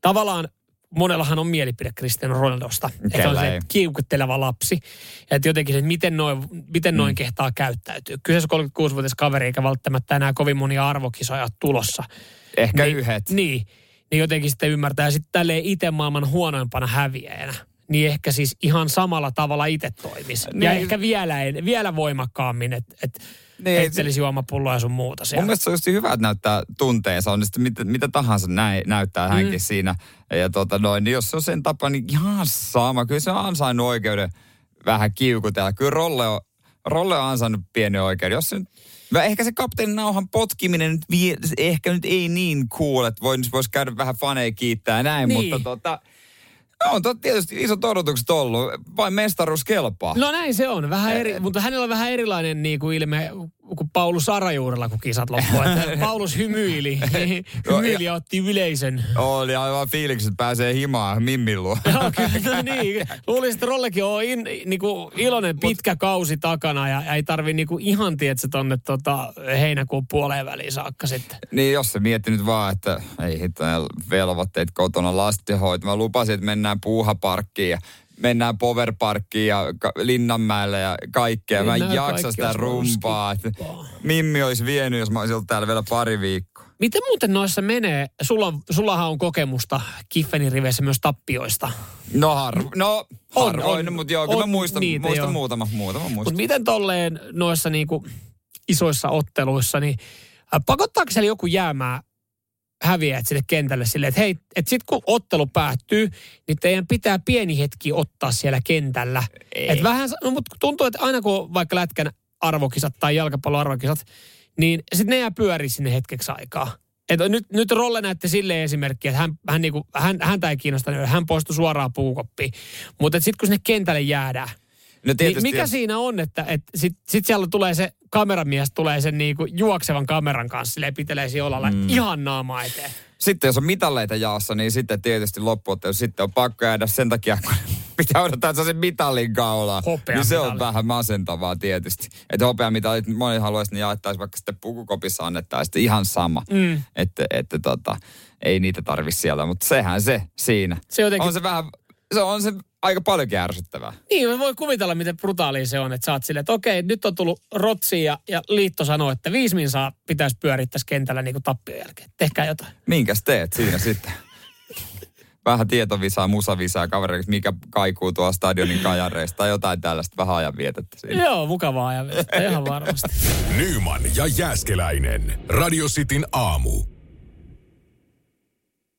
[SPEAKER 3] tavallaan monellahan on mielipide Cristiano Ronaldosta. Että on
[SPEAKER 2] Kellä
[SPEAKER 3] se
[SPEAKER 2] ei.
[SPEAKER 3] kiukutteleva lapsi. Ja että jotenkin se, että miten noin, miten
[SPEAKER 2] Mm.
[SPEAKER 3] noin kehtaa käyttäytyy. Kyseessä 36-vuotias kaveri eikä välttämättä enää kovin monia arvokisoja ole tulossa.
[SPEAKER 2] Ehkä
[SPEAKER 3] Niin-
[SPEAKER 2] yhdet.
[SPEAKER 3] Niin, niin jotenkin sitten ymmärtää. Ja sitten tälleen itse maailman huonoimpana häviäjänä niin ehkä siis ihan samalla tavalla itse toimisi. Niin. Ja
[SPEAKER 2] Niin.
[SPEAKER 3] ehkä vielä, en- vielä voimakkaammin, että et
[SPEAKER 2] ei
[SPEAKER 3] niin,
[SPEAKER 2] se-
[SPEAKER 3] heittelisi juomapulloa ja sun muuta
[SPEAKER 2] Mun
[SPEAKER 3] siellä.
[SPEAKER 2] mielestä se on just niin hyvä, että näyttää tunteensa, on sitten mitä, mitä tahansa näin, näyttää hänkin
[SPEAKER 3] Mm.
[SPEAKER 2] siinä. Ja tota noin, niin jos se on sen tapa, niin ihan sama. Kyllä se on ansainnut oikeuden vähän kiukutella. Kyllä Rolle on, Rolle on ansainnut pienen oikeuden. Jos se nyt, no ehkä se kapteenin nauhan potkiminen nyt vie, ehkä nyt ei niin cool, että voisi vois käydä vähän faneja kiittää ja näin,
[SPEAKER 3] Niin.
[SPEAKER 2] mutta tota, on tot, tietysti isot odotukset ollut. Vain mestaruus kelpaa.
[SPEAKER 3] No näin se on, vähän eri, mutta hänellä on vähän erilainen niin kuin ilme kuin Paulus Arajuurella, kun kisat loppuu. Että Paulus hymyili, hymyili ja otti yleisön.
[SPEAKER 2] Oli aivan fiilikset pääsee himaan Mimmin luo.
[SPEAKER 3] No, kyllä, niin. Luulisin, että Rollekin on in, niinku, iloinen pitkä kausi takana ja, ja ei tarvi niinku, ihan tietää tonne tota, heinäkuun puoleen väliin saakka sitten.
[SPEAKER 2] Niin jos se mietti nyt vaan, että ei hittoja velvoitteet kotona lastenhoito. Mä lupasin, että mennään puuhaparkkiin ja mennään powerparkkiin ja ka- Linnanmäelle ja kaikkea. Mä en
[SPEAKER 3] Mennään
[SPEAKER 2] jaksa
[SPEAKER 3] kaikki,
[SPEAKER 2] sitä
[SPEAKER 3] jos mä
[SPEAKER 2] rumpaa.
[SPEAKER 3] olisin
[SPEAKER 2] Että Mimmi olisi vienyt, jos mä olisin ollut täällä vielä pari viikkoa.
[SPEAKER 3] Miten muuten noissa menee? Sulla, sullahan on kokemusta Kiffenin riveissä myös tappioista.
[SPEAKER 2] No harvo, no
[SPEAKER 3] On,
[SPEAKER 2] harvoin, on,
[SPEAKER 3] on,
[SPEAKER 2] mutta joo, kyllä
[SPEAKER 3] on
[SPEAKER 2] mä muistan,
[SPEAKER 3] niitä,
[SPEAKER 2] muistan
[SPEAKER 3] joo.
[SPEAKER 2] muutama, muutama muistan.
[SPEAKER 3] Mutta miten tolleen noissa niinku isoissa otteluissa, niin äh, pakottaako siellä joku jäämään häviäjät sille kentälle silleen, että hei, että sit kun ottelu päättyy, niin teidän pitää pieni hetki ottaa siellä kentällä. Et vähän, sa- no, mutta tuntuu, että aina kun on vaikka lätkän arvokisat tai jalkapallon arvokisat, niin sitten ne jää pyöri sinne hetkeksi aikaa. Et nyt, nyt Rolle näytti silleen esimerkkiä, että hän, hän niinku, hän, häntä ei kiinnostanut, hän poistui suoraan puukoppiin. Mutta sitten kun sinne kentälle jäädään,
[SPEAKER 2] no tietysti,
[SPEAKER 3] niin mikä siinä on, että, että sit, sit siellä tulee se kameramies tulee sen niinku juoksevan kameran kanssa silleen pitelee siinä olalla mm. ihan naamaa eteen.
[SPEAKER 2] sitten jos on mitalleita jaossa, niin sitten tietysti loppuottelu sitten on pakko jäädä sen takia, kun pitää odottaa sen mitallin kaulaa.
[SPEAKER 3] Hopea
[SPEAKER 2] niin se on
[SPEAKER 3] mitali.
[SPEAKER 2] vähän masentavaa tietysti. Että hopeamitalit, moni haluaisi, että ne jaettaisiin vaikka sitten pukukopissa annettaisiin sitten ihan sama. Mm. Että, että tota, ei niitä tarvi siellä, mutta sehän se siinä.
[SPEAKER 3] Se jotenkin-
[SPEAKER 2] On se vähän, se on se aika paljon ärsyttävää.
[SPEAKER 3] Niin, mä voi kuvitella, miten brutaalia se on, että sä oot silleen, että okei, nyt on tullut rotsi ja, ja liitto sanoo, että viisi min saa pitäisi pyörittää tässä kentällä niin kuin tappion jälkeen. Tehkää jotain.
[SPEAKER 2] Minkäs teet siinä sitten? Vähän tietovisaa, musavisaa, kavereiksi, mikä kaikuu tuolla stadionin kajareista tai jotain tällaista vähän ajan vietettä siinä.
[SPEAKER 3] Joo, mukavaa ajavista, ihan varmasti.
[SPEAKER 1] Nyman ja Jääskeläinen. Radio Cityn aamu.